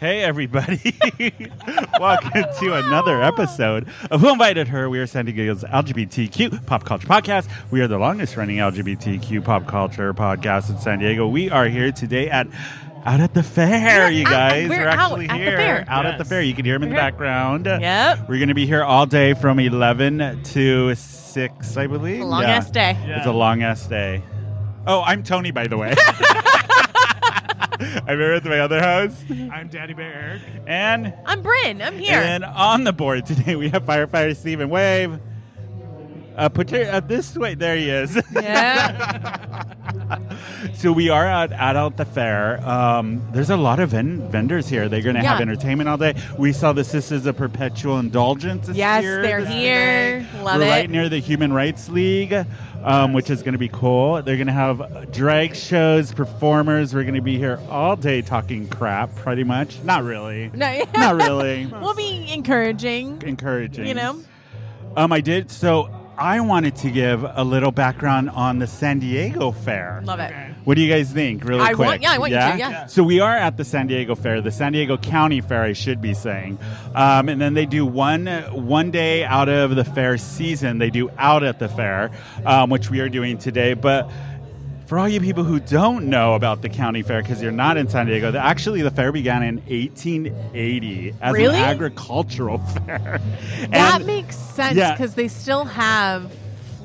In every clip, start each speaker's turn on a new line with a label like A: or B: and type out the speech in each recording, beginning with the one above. A: Hey, everybody. Welcome to another episode of Who Invited Her? We are San Diego's LGBTQ pop culture podcast. We are the longest running LGBTQ pop culture podcast in San Diego. We are here today at out at the fair,
B: Yeah,
A: you
B: out-
A: guys.
B: we're
A: We're actually
B: out at the
A: here.
B: fair.
A: Out at the
C: Yes.
A: fair. You can hear them in the
B: We're-
A: background.
B: Yep.
A: We're going to be here all day from 11 to 6, I believe.
B: Long
A: Yeah.
B: ass day.
C: Yeah.
A: It's a long ass day. Oh, I'm Tony, by the way. I'm here with my other host.
C: I'm Daddy Bear Eric.
A: And
B: I'm Bryn. I'm here.
A: and then on the board today, we have firefighter Stephen Wave. Uh, put your, uh, this way. There he is.
B: yeah.
A: so we are at Adult the Fair. Um, there's a lot of ven- vendors here. They're going to have
B: Yeah.
A: entertainment all day. We saw the Sisters of Perpetual Indulgence. This
B: Yes,
A: year,
B: they're
A: this
B: here.
A: Saturday.
B: Love
A: We're right
B: it.
A: near the Human Rights League, um, which is going to be cool. They're going to have uh, drag shows, performers. We're going to be here all day talking crap, pretty much. Not really.
B: No.
A: Not really.
B: we'll be encouraging.
A: encouraging.
B: You know?
A: Um, I did. So I wanted to give a little background on the San Diego Fair.
B: Love it.
A: What do you guys think, really
B: I
A: quick?
B: want- yeah, I want you to, yeah.
A: So we are at the San Diego Fair, the San Diego County Fair, I should be saying, um, and then they do one one day out of the fair season. They do out at the fair, um, which we are doing today, but. For all you people who don't know about the county fair because you're not in San Diego, the, actually the fair began in 1880 as
B: Really?
A: an agricultural fair.
B: that
A: And-
B: makes sense
A: yeah.
B: because they still have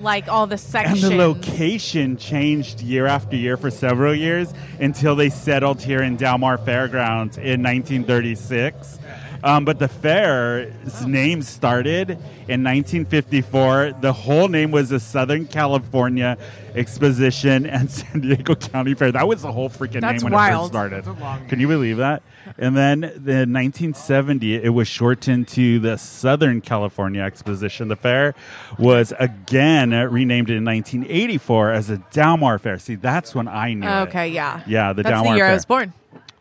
B: like all the
A: and
B: sections.
A: the location changed year after year for several years until they settled here in Delmar Fairgrounds in 1936. Um, but the
C: Oh.
A: fair's name started in 1954. The whole name was the Southern California Exposition and San Diego County Fair. That was the whole freaking
B: That's
A: name when it first
B: wild.
A: started.
C: That's a long
A: Can you believe that? And then the 1970, it was shortened to the Southern California Exposition. The fair was again renamed in 1984 as the Dalmar Fair. See, that's when I knew. it.
B: Okay, yeah.
A: Yeah, the
B: That's
A: Dalmar
B: the year
A: Fair
B: I was born.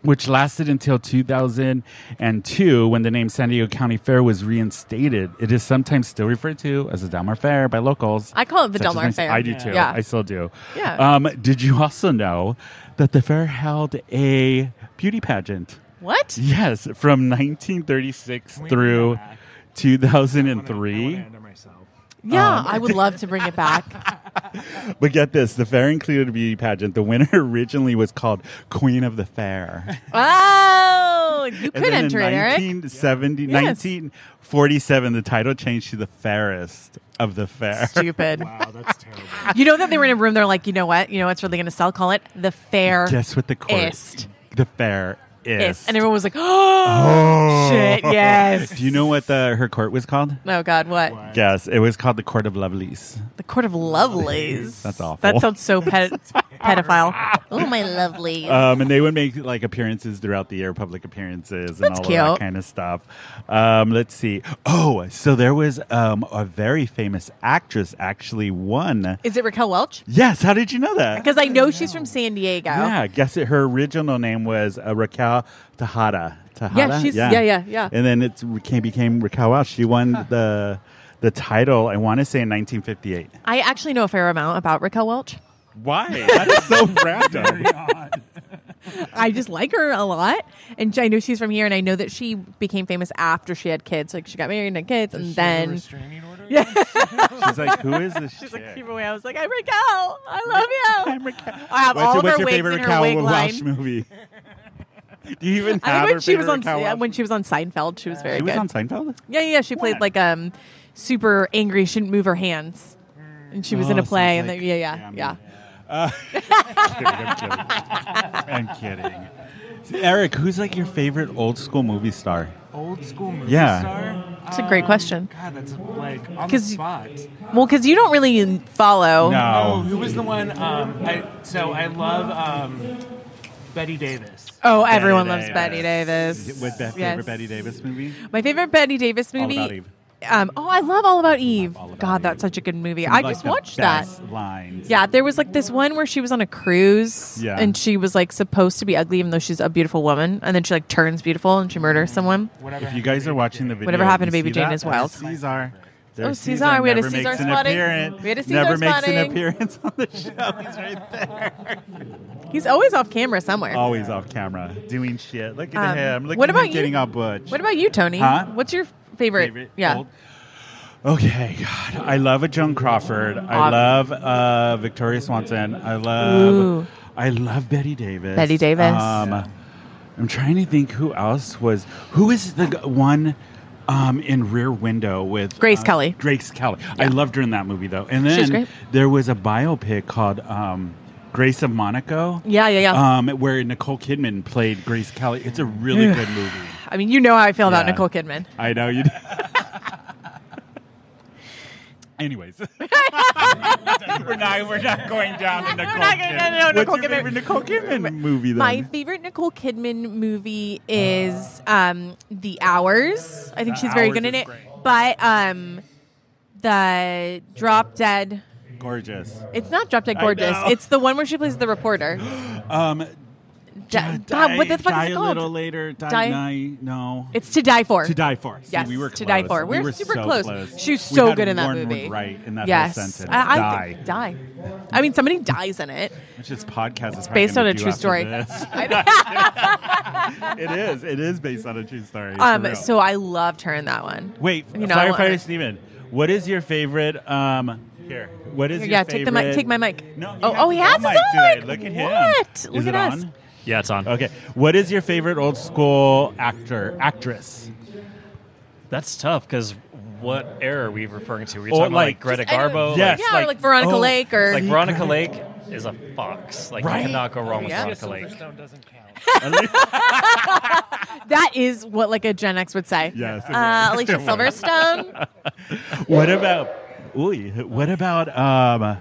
A: which lasted until 2002 when the name San Diego County Fair was reinstated. It is sometimes still referred to as the Delmar Fair by locals.
B: I call it the
A: such as
B: Delmar
A: myself.
B: Fair.
A: I do too.
B: Yeah.
A: I still do.
B: Yeah.
A: Um, did you also know that the fair held a beauty pageant?
B: What?
A: Yes, from 1936
C: Can we
A: through
C: bring that back? I wanna- I wanna
A: 2003.
C: enter myself.
A: Um,
B: Yeah, I would love to bring it back.
A: But get this the fair included a beauty pageant. The winner originally was called Queen of the Fair.
B: oh, you
A: And
B: could
A: then
B: enter it,
A: in
B: Eric.
A: 1970,
B: Yes.
A: 1947, the title changed to the fairest of the fair.
B: Stupid.
C: Wow, that's terrible.
B: You know that they were in a room. They're like, you know what? You know what's really going to sell? Call it the fair.
A: Guess what the court?
B: Ist.
A: The fair is.
B: is. And everyone was like, oh, shit, yes.
A: Do you know what the her court was called?
B: Oh God, what?
C: What?
A: Yes, it was called the Court of Lovelies.
B: The Court of Lovelies.
A: That's awful.
B: That sounds so ped- pedophile. Oh my lovely.
A: Um, and they would make like appearances throughout the year, public appearances, and
B: That's
A: all of that
B: cute.
A: kind of stuff. Um, let's see. Oh, so there was um, a very famous actress actually won.
B: Is it Raquel Welch?
A: Yes, how did you know that?
B: Because I know she's from San Diego.
A: Yeah, guess it. Her original name was uh, Raquel Tejada. Tejada?
B: Yeah, she's- yeah, yeah, yeah.
A: And then it became, became Raquel Welch. She won the the title. I want to say in 1958.
B: I actually know a fair amount about Raquel Welch.
A: Why? That's so random.
B: I just like her a lot, and I know she's from here, and I know that she became famous after she had kids. Like she got married and had kids,
C: Does
B: and
C: she have a
B: then
C: restraining order?
B: Yeah.
A: She's like, who is this?
B: she's like,
A: chick?
B: keep away. I was like, I'm Raquel. I love you.
A: I'm Raquel.
B: I have
A: What's,
B: all
A: your-
B: of
A: what's
B: her
A: your
B: wigs
A: favorite
B: in her
A: Raquel
B: wig
A: Welch
B: line.
A: movie? Do you even
B: I
A: have
B: mean,
A: her
B: when she was
A: favorite
B: on
A: Raquel
B: yeah,
A: Welch?
B: when she was on Seinfeld, she was very
A: She was
B: good.
A: on Seinfeld.
B: Yeah, yeah, yeah. She played
A: What?
B: like um super angry, shouldn't move her hands. And she was
A: Oh,
B: in a
A: sounds
B: play and
A: like-
B: then yeah, yeah,
A: yeah,
B: yeah.
A: I'm kidding.
D: Uh,
A: I'm kidding. I'm kidding. Eric, who's like your favorite old school movie star?
C: Old school movie
A: Yeah.
C: star?
B: It's a great question.
C: Oh,
E: um,
C: God, that's like on the
B: 'Cause-
C: spot.
B: Well, cuz you don't really follow.
A: No.
C: Oh, who was the one? Um, I, so I love um, Betty Davis.
B: Oh, everyone
A: Betty
B: loves Betty Davis.
A: What's that
B: Yes.
A: favorite Betty Davis movie?
B: My favorite Betty Davis movie.
A: About Eve.
B: Um, oh, I love All About Eve.
A: All About
B: God,
A: Eve.
B: that's such a good movie.
A: Some of,
B: I
A: like,
B: just
A: the
B: watched that.
A: best Lines.
B: Yeah, there was like this one where she was on a cruise
A: Yeah.
B: and she was like supposed to be ugly even though she's a beautiful woman and then she like turns beautiful and she murders someone.
C: Whatever.
A: If you guys are watching the video,
B: Whatever Happened
A: you
B: to Baby
A: see
B: Jane
A: that?
B: is wild.
A: Caesar. There's
B: Oh, Cesar, we had a
A: never
B: Cesar
A: makes
B: spotting.
A: An appearance,
B: We had a Cesar
A: never makes an
B: spotting.
A: appearance on the show. He's right there.
B: He's always off camera somewhere.
A: Always off camera, doing shit. Look at
B: Um,
A: him. Look
B: what
A: at
B: about
A: him
B: you?
A: getting all butch.
B: What about you, Tony?
A: Huh?
B: What's your favorite?
A: favorite
B: yeah.
A: old- Okay, God, I love a Joan Crawford. I
B: Ob-
A: love uh, Victoria Swanson. I love,
B: Ooh.
A: I love Betty Davis. Um,
B: Betty Davis.
A: I'm trying to think who else was. Who is the g- one um, in Rear Window with uh,
B: Grace Kelly.
A: Grace Kelly. I loved her in that movie though. And
B: She
A: then
B: was great.
A: there was a biopic called um, Grace of Monaco.
B: Yeah, yeah, yeah.
A: Um, where Nicole Kidman played Grace Kelly. It's a really good movie.
B: I mean, you know how I feel about
A: Yeah.
B: Nicole Kidman.
A: I know you. do. Anyways, we're not we're not going down to Nicole.
B: not gonna-
A: Kidman.
B: no, no,
A: What's
B: Nicole
A: your
B: Kidman.
A: favorite Nicole Kidman movie? Then
B: My favorite Nicole Kidman movie is um, The Hours. I think
A: The
B: she's very
A: Hours
B: good in
A: is
B: it.
A: great.
B: But um, the Drop Dead.
A: gorgeous.
B: It's not Drop Dead
A: I
B: Gorgeous.
A: know.
B: It's the one where she plays the reporter.
A: Um,
B: Di-
A: die,
B: Bob, what the fuck
A: die
B: is it
A: a
B: called?
A: little later. Die,
B: Die-
A: night, no.
B: It's To Die For.
A: to die for. See,
B: Yes,
A: we were
B: To Die
A: close.
B: For.
A: We
B: We're
A: were
B: super
A: so
B: close.
A: close.
B: She was
A: We
B: so
A: had
B: good in that
A: one word
B: movie.
A: Right in that
B: yes.
A: whole sentence.
B: I, I
A: die.
B: think die. I mean, somebody dies in it.
A: Which is podcast is
B: based
A: probably
B: on a
A: gonna
B: true story.
A: do after this. it is. It is based on a true story. for
B: Um,
A: real.
B: so I loved her in that one.
A: Wait,
B: You know, I want-
A: firefighter Steven, what is your favorite? Um, here, what is your
B: Yeah, take
A: favorite?
B: the mic- take my mic.
A: No, you
B: Oh,
A: have
B: oh, he
A: your
B: has his own
A: today.
B: mic.
A: Look at him.
B: What?
A: Is
B: Look
A: it
B: at us.
A: on?
F: Yeah, it's on.
A: Okay, what is your favorite old school actor actress?
F: That's tough because what era are we referring to? We're
C: Oh,
A: Or,
F: talking
A: like-
F: like, about like Greta
B: I know-
F: Garbo.
A: Yes,
B: yeah, or
A: like-
B: like Veronica
A: oh,
B: Lake or
F: Like, like Veronica Lake is a fox. Like
A: Right?
F: you cannot go wrong with
B: Yeah.
F: Veronica Lake.
C: Silverstone doesn't count.
B: that is what like a Gen X would say.
A: Yes, it
B: Uh,
A: was.
B: Alicia
A: It was.
B: Silverstone.
A: What about? Ooh, what about? Um,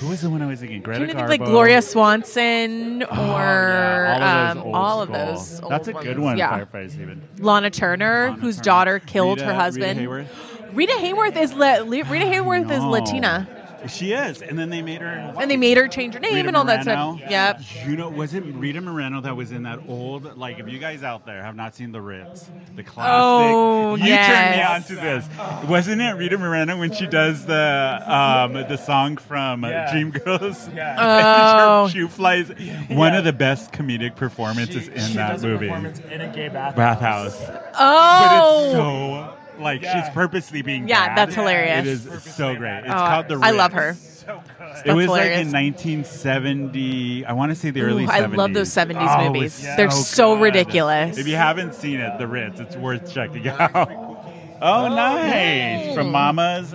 A: who was the one I was thinking? Greta
B: Trying to
A: Garbo.
B: think like Gloria Swanson or
A: Oh, yeah,
B: um,
A: old
B: all of
A: school.
B: those. old
A: That's a good one,
B: ones. Yeah.
A: firefighter Steven.
B: Lana Turner,
A: Lana
B: whose
A: Turner.
B: daughter killed
A: Rita-
B: her husband.
A: Rita
B: Rita Hayworth is la- Li- Rita Hayworth is
A: No.
B: Latina,
A: She is, and then they made her.
B: and they made her change her name
A: Rita
B: and all
A: Moreno.
B: that stuff. Yep.
A: You know, was it Rita Moreno that was in that old, like, if you guys out there have not seen The Ritz, the classic.
B: Oh,
A: you
B: yes.
A: turned me on to this. Wasn't it Rita Moreno when she does the um, the song from uh,
C: Yeah.
A: Dreamgirls?
C: Yeah.
B: Oh.
A: Her shoe flies. One of the best comedic performances in
C: she
A: that
C: does a
A: movie.
C: performance in a gay bathhouse.
A: Bathhouse.
B: Oh.
A: But it's so, like,
C: Yeah.
A: she's purposely being
B: Yeah,
A: bad.
B: that's hilarious.
A: It is so great. It's
B: Oh,
A: called The Ritz.
B: I love her.
C: So good.
A: It was
B: hilarious.
A: like in 1970. I want to say the early.
B: Ooh,
A: 70s.
B: I love those 70s
A: Oh,
B: movies.
A: it's
B: They're so
A: good.
B: ridiculous.
A: If you haven't seen it, The Ritz, it's worth checking out. Oh, nice
B: yay.
A: from Mama's.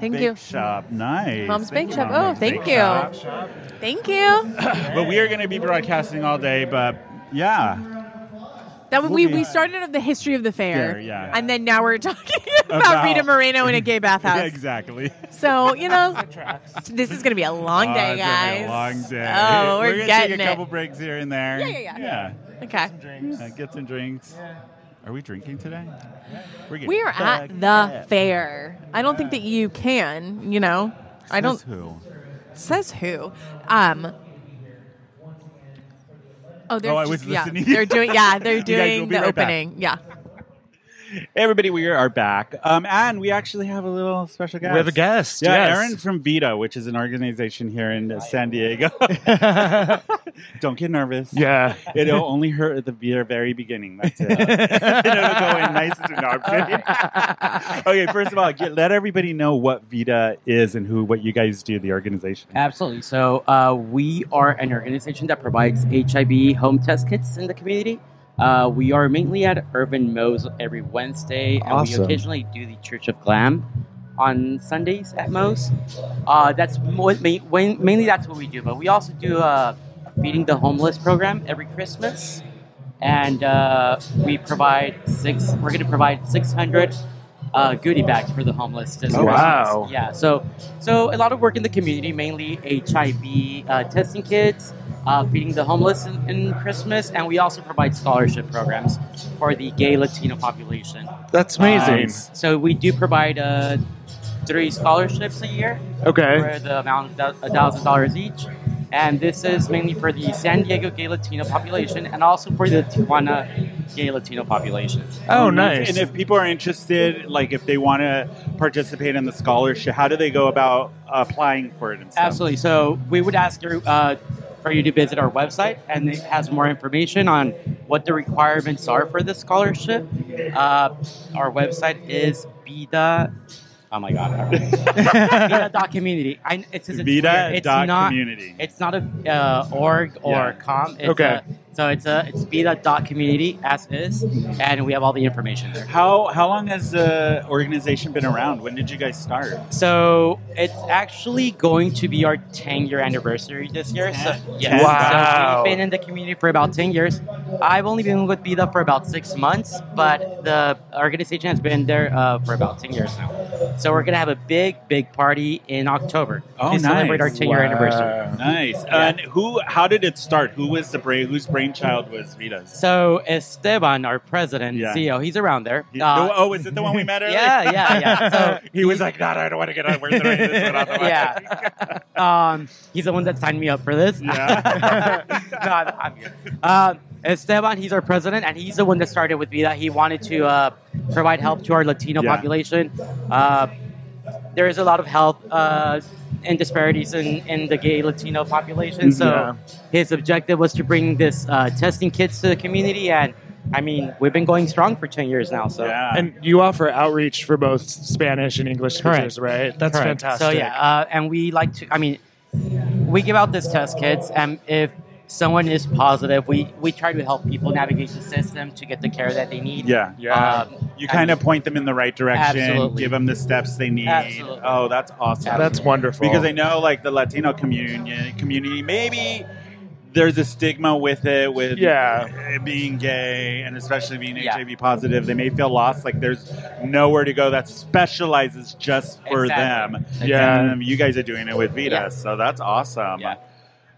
B: Thank
A: Bake
B: you.
A: Shop. Nice.
B: Mom's
A: Thank
B: Bake
A: you,
B: Shop.
A: Mama's
B: Oh, thank
A: Bake
B: you.
A: Shop.
B: Thank you.
A: But we are going to be broadcasting all day. But yeah,
B: That we,
A: be-
B: we started on the history of the fair,
A: Fair, yeah.
B: and then now we're talking about,
A: About-
B: Rita Moreno in a gay bathhouse.
A: exactly.
B: So you know, this is going to be a long
A: Oh,
B: day,
A: it's gonna
B: guys.
A: be a long day.
B: Oh, we're,
A: gonna
B: getting
A: take a
B: it.
A: couple breaks here and there.
B: Yeah, yeah, yeah. okay.
C: Drinks.
A: Yeah, Uh, Get some drinks. Are we drinking today? We're getting
B: We are at
A: fucked
B: the
A: up.
B: fair. I don't think that you can. You know, I don't.
A: Says Who?
B: Says who? Um. Oh, they're
A: Oh, I
B: just,
A: was
B: yeah,
A: listening.
B: they're doing yeah, they're
A: You guys will
B: doing
A: be
B: the
A: right back.
B: opening. Yeah.
A: Hey, everybody, we are back. Um, and we actually have a little special guest.
F: We have a guest.
A: Yeah,
F: yes.
A: Aaron from Vita, which is an organization here in San Diego. Don't get nervous.
F: Yeah.
A: It'll only hurt at the ver- very beginning. That's it. It'll go in nice. and- No, I'm kidding. okay, first of all, get, let everybody know what Vita is and who what you guys do, the organization.
G: Absolutely. So uh, we are an organization that provides HIV home test kits in the community. Uh, we are mainly at Urban Mo's every Wednesday, and
F: Awesome.
G: we occasionally do the Church of Glam on Sundays at Mo's. Uh, that's mo- ma- when- mainly that's what we do, but we also do a feeding the homeless program every Christmas, and uh, we provide six. We're going to provide six hundred uh, goodie bags for the homeless. This
F: Oh, wow.
G: Christmas. Yeah. So so a lot of work in the community, mainly HIV uh, testing kits, uh, feeding the homeless in, in Christmas, and we also provide scholarship programs for the gay Latino population.
F: That's
G: Um, so we do provide uh, three scholarships a year
F: okay.
G: for the amount of thousand dollars each, and this is mainly for the San Diego gay Latino population and also for the Tijuana gay Latino population.
F: Oh, nice.
A: And if people are interested, like if they want to participate in the scholarship, how do they go about applying for it? And stuff?
G: Absolutely. So we would ask you uh, for you to visit our website, and it has more information on what the requirements are for this scholarship. Uh, our website is bida. Oh my god! bida dot community. I, it's, it's,
A: Vida
G: it's
A: dot
G: not,
A: community.
G: It's not a uh, org or
A: Yeah.
G: com. It's
A: Okay.
G: A, so it's a it's bida dot community as is, and we have all the information there.
A: How how long has the organization been around? When did you guys start?
G: So it's actually going to be our 10 year anniversary this year. So, yes.
F: Wow.
G: So we've been in the community for about 10 years. I've only been with Bida for about six months, but the organization has been there uh, for about 10 years now. So we're going to have a big, big party in October
A: Oh,
G: to celebrate our
A: nice.
G: 10 year anniversary.
A: Nice. And who? How did it start? Who was the brain? Whose brainchild was Vita's?
G: So Esteban, our president,
A: Yeah.
G: CEO, he's around there.
A: He-
G: Uh,
A: the- oh, is it the one we met earlier?
G: yeah, yeah, yeah. So
A: he was like, "No, no, I don't want to get on. Where's the rain? This one on the way."
G: yeah. Um, he's the one that signed me up for this.
A: Yeah.
G: no, I'm I'm good. Um, Esteban, he's our president, and he's the one that started with Vida. He wanted to uh, provide help to our Latino
A: Yeah.
G: population. Uh, there is a lot of health uh, and disparities in, in the gay Latino population.
A: Mm-hmm.
G: So
F: Yeah.
G: his objective was to bring this uh, testing kits to the community. And I mean, we've been going strong for 10 years now. So
A: Yeah.
H: And you offer outreach for both Spanish and English
G: Correct.
H: speakers, right? That's
G: Correct.
H: fantastic.
G: So yeah, uh, and we like to. I mean, we give out this test kits, and if someone is positive, we we try to help people navigate the system to get the care that they need.
A: yeah.
H: Yeah.
G: Um,
A: You
G: I
A: kind of
G: mean,
A: point them in the right direction.
G: Absolutely.
A: Give them the steps they need.
G: Absolutely.
A: Oh, that's awesome.
H: That's wonderful.
A: because I know like the Latino community community maybe there's a stigma with it with
H: Yeah.
A: it being gay and especially being
G: Yeah.
A: HIV positive they may feel lost like there's nowhere to go that specializes just for
G: Exactly.
A: them
H: Yeah.
A: and um, you guys are doing it with Vita
G: Yeah.
A: so that's awesome
G: Yeah.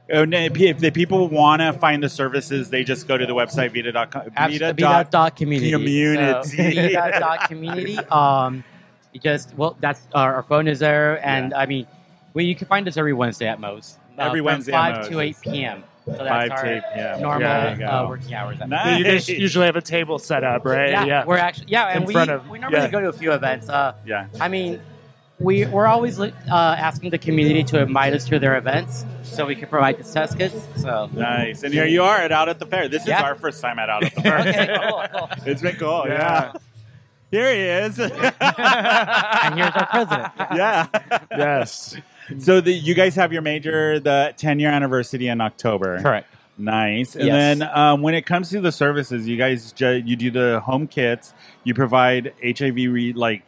A: And if if the people want to find the services, they just go to the website vita.com.
G: abs-
A: Vita
G: the
A: dot-
G: dot community.
A: community.
G: So, be that dot community. Um, you just well, that's our, our phone is there, and I mean, well, you can find us every Wednesday at most. Uh,
A: Every
G: from
A: Wednesday at
G: five
A: most.
G: to eight p.m. So that's
A: 5
G: our
A: to 8 p.m.
G: normal
A: There you
G: uh,
A: go.
G: working hours. at
H: Yeah, you
A: Nice.
H: guys usually have a table set up, right?
G: Yeah, we're actually yeah, and
H: In
G: we,
H: front of-
G: we normally
H: yeah.
G: go to a few events. Uh,
A: yeah.
G: I mean, we we're always uh, asking the community to invite us to their events so we can provide the test kits. So
A: Nice. And here you are at Out at the Fair. This is
G: Yeah.
A: our first time at Out at the Fair.
G: okay, cool, cool.
A: It's been cool. Yeah. Here he is.
G: And here's our president.
A: yeah.
H: yes.
A: So the, you guys have your major, the 10 year anniversary in October.
G: Correct.
A: Nice. And
G: Yes.
A: then um, when it comes to the services, you guys ju- you do the home kits. You provide HIV re- like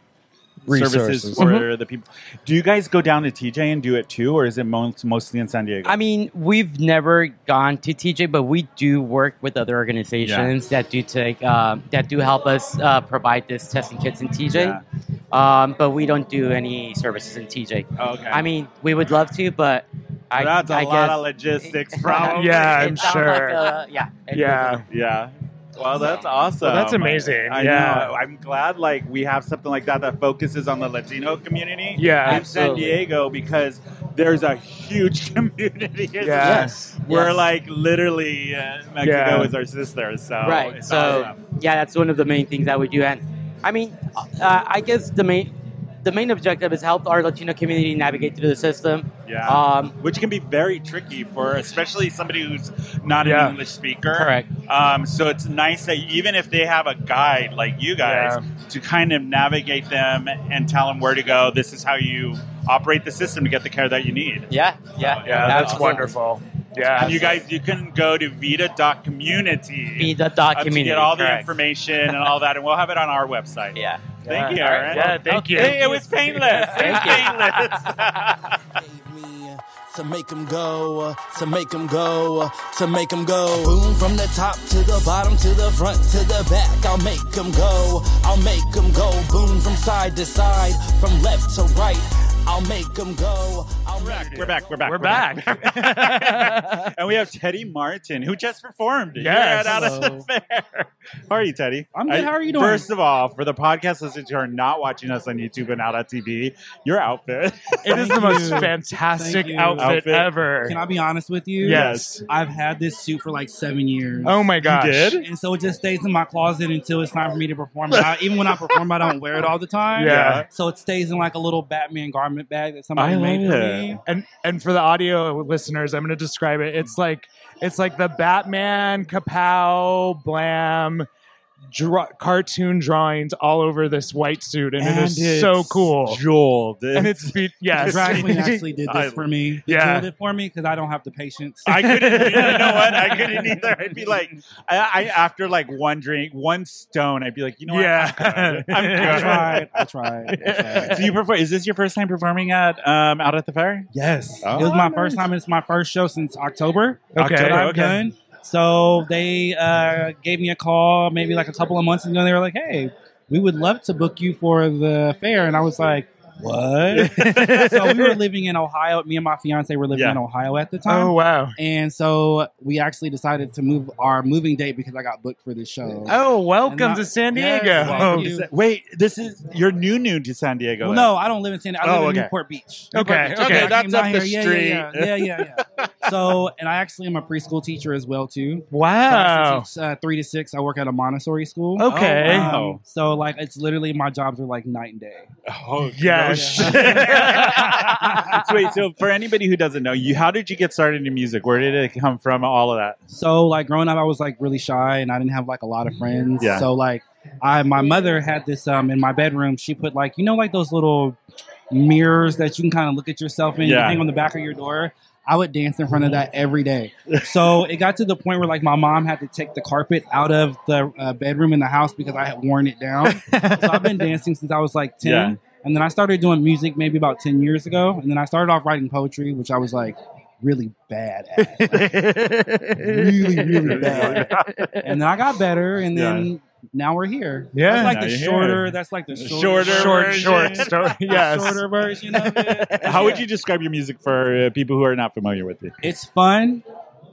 A: services
H: Resources.
A: for
G: Mm-hmm.
A: the people. Do you guys go down to TJ and do it too, or is it mo- mostly in San Diego?
G: I mean, we've never gone to TJ, but we do work with other organizations that do take um, that do help us uh, provide this testing kits in TJ.
A: Yeah.
G: Um, but we don't do any services in TJ.
A: Oh, okay.
G: I mean, we would love to, but I,
A: that's a
G: I
A: lot
G: guess
A: of logistics problems.
H: Yeah,
G: It
H: I'm
G: sounds
H: sure.
G: Like uh, yeah, it
H: Yeah.
A: Yeah. Well, that's awesome.
H: Well, that's amazing.
A: I
H: Yeah.
A: know. I'm glad like we have something like that that focuses on the Latino community.
H: Yeah.
A: In San
G: Absolutely.
A: Diego because there's a huge community. in San
H: Yeah.
A: Diego.
G: Yes,
A: We're
G: yes.
A: like literally uh, Mexico
H: Yeah.
A: is our sister. So
G: right
A: it's
G: so
A: awesome.
G: yeah that's one of the main things that we do and i mean uh, i guess the main the main objective is help our latino community navigate through the system
A: Yeah.
G: um
A: which can be very tricky for especially somebody who's not
H: Yeah.
A: an English speaker.
G: Correct.
A: Um, so it's nice that even if they have a guide like you guys to kind of navigate them and tell them where to go, this is how you operate the system to get the care that you need.
G: yeah yeah
H: Yeah, that's
G: Absolutely.
H: wonderful. Yeah.
A: And you guys, you can go to vita.community
G: be the dot
A: uh, to
G: community
A: get all the
G: correct.
A: information and all that, and we'll have it on our website.
G: yeah
A: Thank you,
H: Yeah.
A: Aaron.
H: Yeah, thank you.
A: Hey, it was painless. It was painless.
I: gave me uh, to make 'em go, uh, to make 'em go, uh, to make 'em go. Boom from the top to the bottom to the front to the back. I'll make 'em go, I'll make 'em go. Boom from side to side, from left to right. I'll make 'em go. I'll make
A: We're back. We're back.
F: We're back.
A: and we have Teddy Martin, who just performed.
F: Yes.
A: Yeah, out of the fair. How are you, Teddy?
C: I'm good.
A: I-
C: How are you doing?
A: First of all, for the podcast listeners who are not watching us on YouTube and out on TV, your outfit.
F: It is the
J: Thank
F: most
J: you.
F: fantastic
J: Thank you.
F: outfit,
A: Outfit.
F: ever.
J: Can I be honest with you?
F: Yes.
J: I've had this suit for like seven years.
F: Oh my gosh.
A: did?
J: And so it just stays in my closet until it's time for me to perform. And I, even when I perform, I don't wear it all the time.
F: Yeah.
J: So it stays in like a little Batman garment bag that somebody
A: I
J: made
A: love
J: for
A: it.
J: me.
E: and and for the audio listeners, I'm going to describe it. It's like it's like the Batman, Kapow, Blam, dra- cartoon drawings all over this white suit, and, it
J: And
E: is so
J: it's
E: cool.
A: Jeweled.
E: and it's be- yes,
J: Drag queen actually did
A: I-
J: this for me. They
E: Yeah.
J: Did it for me because I don't have the patience.
A: I couldn't. You know what? I couldn't either. I'd be like, I, I after like one drink, one stone, I'd be like, you know what?
E: Yeah.
A: I'm good. I'm
J: I
A: good.
J: tried. I tried. I tried.
A: so you perform? Is this your first time performing at um, out at the fair?
J: Yes.
A: Oh,
J: it was my first time. It's my first show since October.
E: Okay,
J: that I've
A: okay.
J: done. So they uh, gave me a call maybe like a couple of months ago. And they were like, hey, we would love to book you for the fair. And I was like, what? so we were living in Ohio. Me and my fiance were living
A: Yeah.
J: in Ohio at the time.
E: Oh wow!
J: And so we actually decided to move our moving date because I got booked for this show.
E: Oh, welcome
J: And
E: to
J: I-
E: San
J: Yes,
E: Diego.
J: thank you.
A: Wait, this is you're new, new to San Diego.
J: Well,
A: then.
J: no, I don't live in San. I live
A: Oh,
J: in
A: okay.
J: Newport Beach.
E: Okay,
J: Newport Beach.
E: okay,
J: I
H: that's
J: came
H: up
J: down
H: the
J: here. Yeah, yeah, yeah. yeah, yeah, yeah. so, and I actually am a preschool teacher as well too. So I
E: Wow.
J: also teach, uh, three to six. I work at a Montessori school.
E: Okay.
A: wow.
J: Um, so like it's literally my jobs are like night and day.
A: Oh,
E: Yes.
A: no shit. so wait, so for anybody who doesn't know, you how did you get started in music? Where did it come from? All of that.
J: So like growing up, I was like really shy and I didn't have like a lot of friends.
A: Yeah.
J: So like I my mother had this um in my bedroom. She put like you know like those little mirrors that you can kind of look at yourself in.
A: Yeah.
J: You hang on the back of your door. I would dance in front of that every day. So it got to the point where like my mom had to take the carpet out of the uh, bedroom in the house because I had worn it down. so I've been dancing since I was like ten.
A: Yeah.
J: And then I started doing music maybe about 10 years ago. And then I started off writing poetry, which I was like really bad at. really, really bad. and then I got better, and then now we're here.
E: Yeah.
J: that's like
A: Now
J: the
A: you're
J: shorter.
A: here.
J: That's like the shorter,
A: Shorter
E: Short,
A: version.
E: short
J: the
E: story. Yes.
J: shorter version of it.
A: How would you describe your music for uh, people who are not familiar with it?
J: It's fun.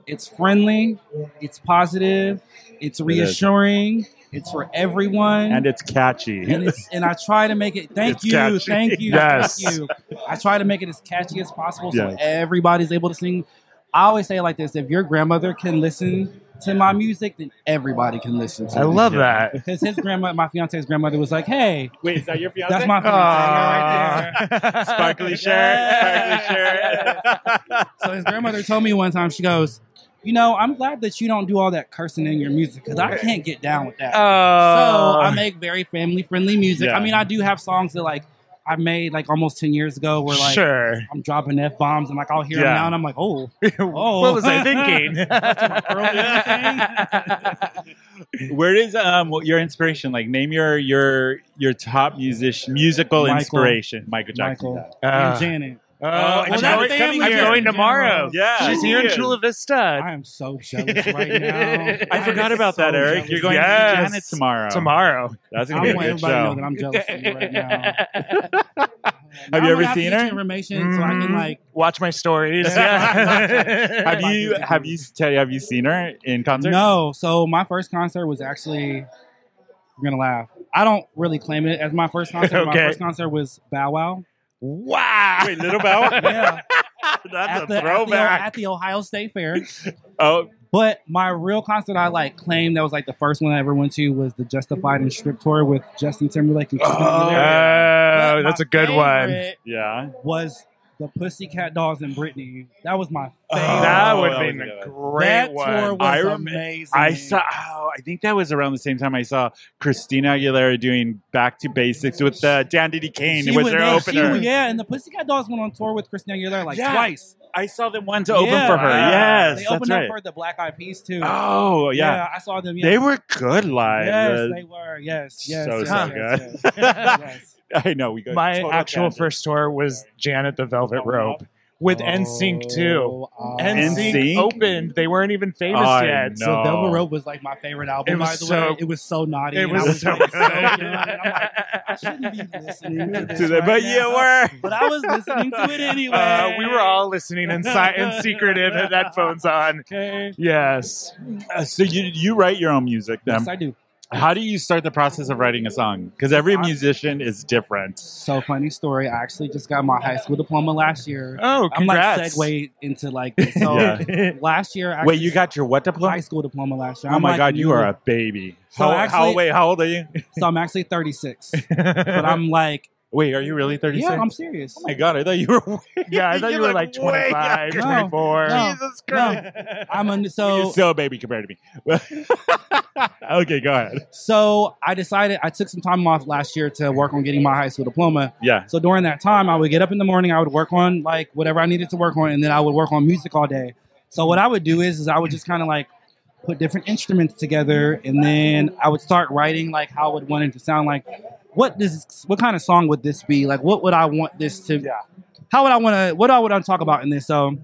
J: It's friendly. It's positive. It's reassuring. it's for everyone.
A: And it's catchy.
J: and, it's, and I try to make it. Thank
A: It's
J: you,
A: catchy.
J: thank you,
E: Yes.
J: thank you. I try to make it as catchy as possible so
A: Yeah.
J: everybody's able to sing. I always say it like this: If your grandmother can listen to my music, then everybody can listen to.
E: I
J: me.
E: love that.
J: because his grandma, my fiance's grandmother, was like, "Hey,
A: Wait, is that your fiance?
J: that's my fiance right there."
A: sparkly shirt.
J: Yes.
A: Sparkly shirt.
J: So his grandmother told me one time, she goes, "You know, I'm glad that you don't do all that cursing in your music because I can't get down with that."
A: Uh,
J: so I make very family friendly music.
A: Oh. Yeah.
J: I mean, I do have songs that like I made like almost ten years ago where like
E: sure.
J: I'm dropping f bombs and like I'll hear
E: Yeah.
J: them now and I'm like, oh, oh,
E: What was I thinking?
A: Where is um what- your inspiration? Like name your your your top musician musical
J: Michael.
A: inspiration. Michael Jackson.
J: Michael
E: Uh,
J: and Janet.
E: Uh,
A: Ah. Oh,
E: I'm,
A: that's
E: going,
A: family
E: I'm
A: here.
E: going tomorrow.
A: Yeah,
E: She's
A: she
E: here in
A: is.
E: Chula Vista
J: I am so jealous right now.
A: I forgot about that, Eric. You're going to
E: Yes.
A: see Janet tomorrow.
E: tomorrow.
A: That's
J: I
A: gonna be
J: want
A: a good
J: everybody to know
A: show.
J: that I'm jealous of you right now.
A: Have
J: Now
A: you
J: I'm gonna
A: ever
J: to
A: seen
J: get
A: her?
J: you Information so I can
E: Mhm.
J: like.
E: Watch my stories.
J: Yeah.
E: Yeah.
A: Have you have you Teddy? Have you seen her in concert?
J: No, so my first concert was actually. You're gonna laugh. I don't really claim it as my first concert. My
E: Okay.
J: first concert was Bow Wow.
E: wow.
A: Wait, Little Bow.
J: Yeah, at,
A: That's
J: the,
A: a
J: at the-
A: throwback.
J: at the Ohio State Fair.
A: Oh,
J: But my real concert I like claimed that was like the first one I ever went to was the Justified and Strip tour with Justin Timberlake and Christina Aguilera.
E: Oh,
J: But
E: that's
J: my
E: a good one.
J: favorite
A: yeah.
J: Was the Pussycat Dolls and Britney? That was my favorite.
E: That
A: Oh,
E: would
A: that
E: be a
A: was a good
E: great
J: that tour
E: one.
J: was
A: I rem-
J: amazing.
A: I saw. Oh, I think that was around the same time I saw Christina Aguilera doing "Back to Basics" with uh, Dandy Kane.
J: She
A: It was
J: went
A: their
J: there, she
A: opener.
J: went- yeah, and the Pussycat Dolls went on tour with Christina Aguilera like
A: Yeah.
J: twice.
A: I saw them one to open
J: Yeah.
A: for her. Yes,
J: they
A: that's
J: opened
A: right.
J: up for the Black Eyed Peas too.
A: oh yeah.
J: I saw them. Yeah.
A: they were good live.
J: Yes,
A: Uh,
J: they were. Yes, yes,
A: so,
J: yes,
A: so
J: yes,
A: good.
J: yes, yes.
A: I know we got
E: My
A: total
E: actual
A: tangent.
E: first tour was Janet the Velvet Rope, with
J: Oh,
E: NSYNC too.
J: uh,
E: NSYNC,
A: NSYNC?
E: opened. They weren't even famous
A: I
E: yet.
A: know.
E: So
A: No.
J: So Velvet Rope was like my favorite album.
E: It was
J: by the
E: so-
J: way, it was so naughty.
E: it
J: and
E: was
J: I was
E: so
J: like,
E: good.
J: young, and I'm like, I shouldn't be listening to this,
A: To the-
J: right
A: but
J: now.
A: you were.
J: But I was listening to it anyway.
E: uh, we were all listening in, si- in secretive and headphones on.
J: okay.
E: Yes.
A: Uh, so you you write your own music then?
J: Yes, I do.
A: How do you start the process of writing a song? Because every musician is different.
J: So funny story. I actually just got my high school diploma last year.
E: Oh,
J: I'm like
E: congrats.
J: segue into like this. so
A: Yeah.
J: last year. I
A: Wait, you got your what
J: high
A: diploma?
J: school diploma last year.
A: Oh
J: I'm,
A: my
J: like,
A: god, you
J: new-
A: are a baby.
J: So
A: how, how
J: actually-
A: wait, how old are you?
J: So I'm actually 36, but I'm like,
A: Wait, are you really 36?
J: yeah, I'm serious.
A: oh my god, I thought you were way-
E: Yeah, I thought you
A: you're
E: were like
A: way
E: 25,
A: younger.
J: No.
E: 24.
J: No.
A: Jesus Christ.
J: No, I'm a,
A: You're
J: so
A: still a baby compared to me. okay, go ahead.
J: so. I decided I took some time off last year to work on getting my high school diploma.
A: Yeah.
J: So during that time, I would get up in the morning, I would work on like whatever I needed to work on, and then I would work on music all day. So what I would do is, is I would just kind of like put different instruments together, and then I would start writing like how I would want it to sound like. What does what kind of song would this be? Like, what would I want this to?
E: Yeah.
J: How would I want to? What I would I talk about in this? So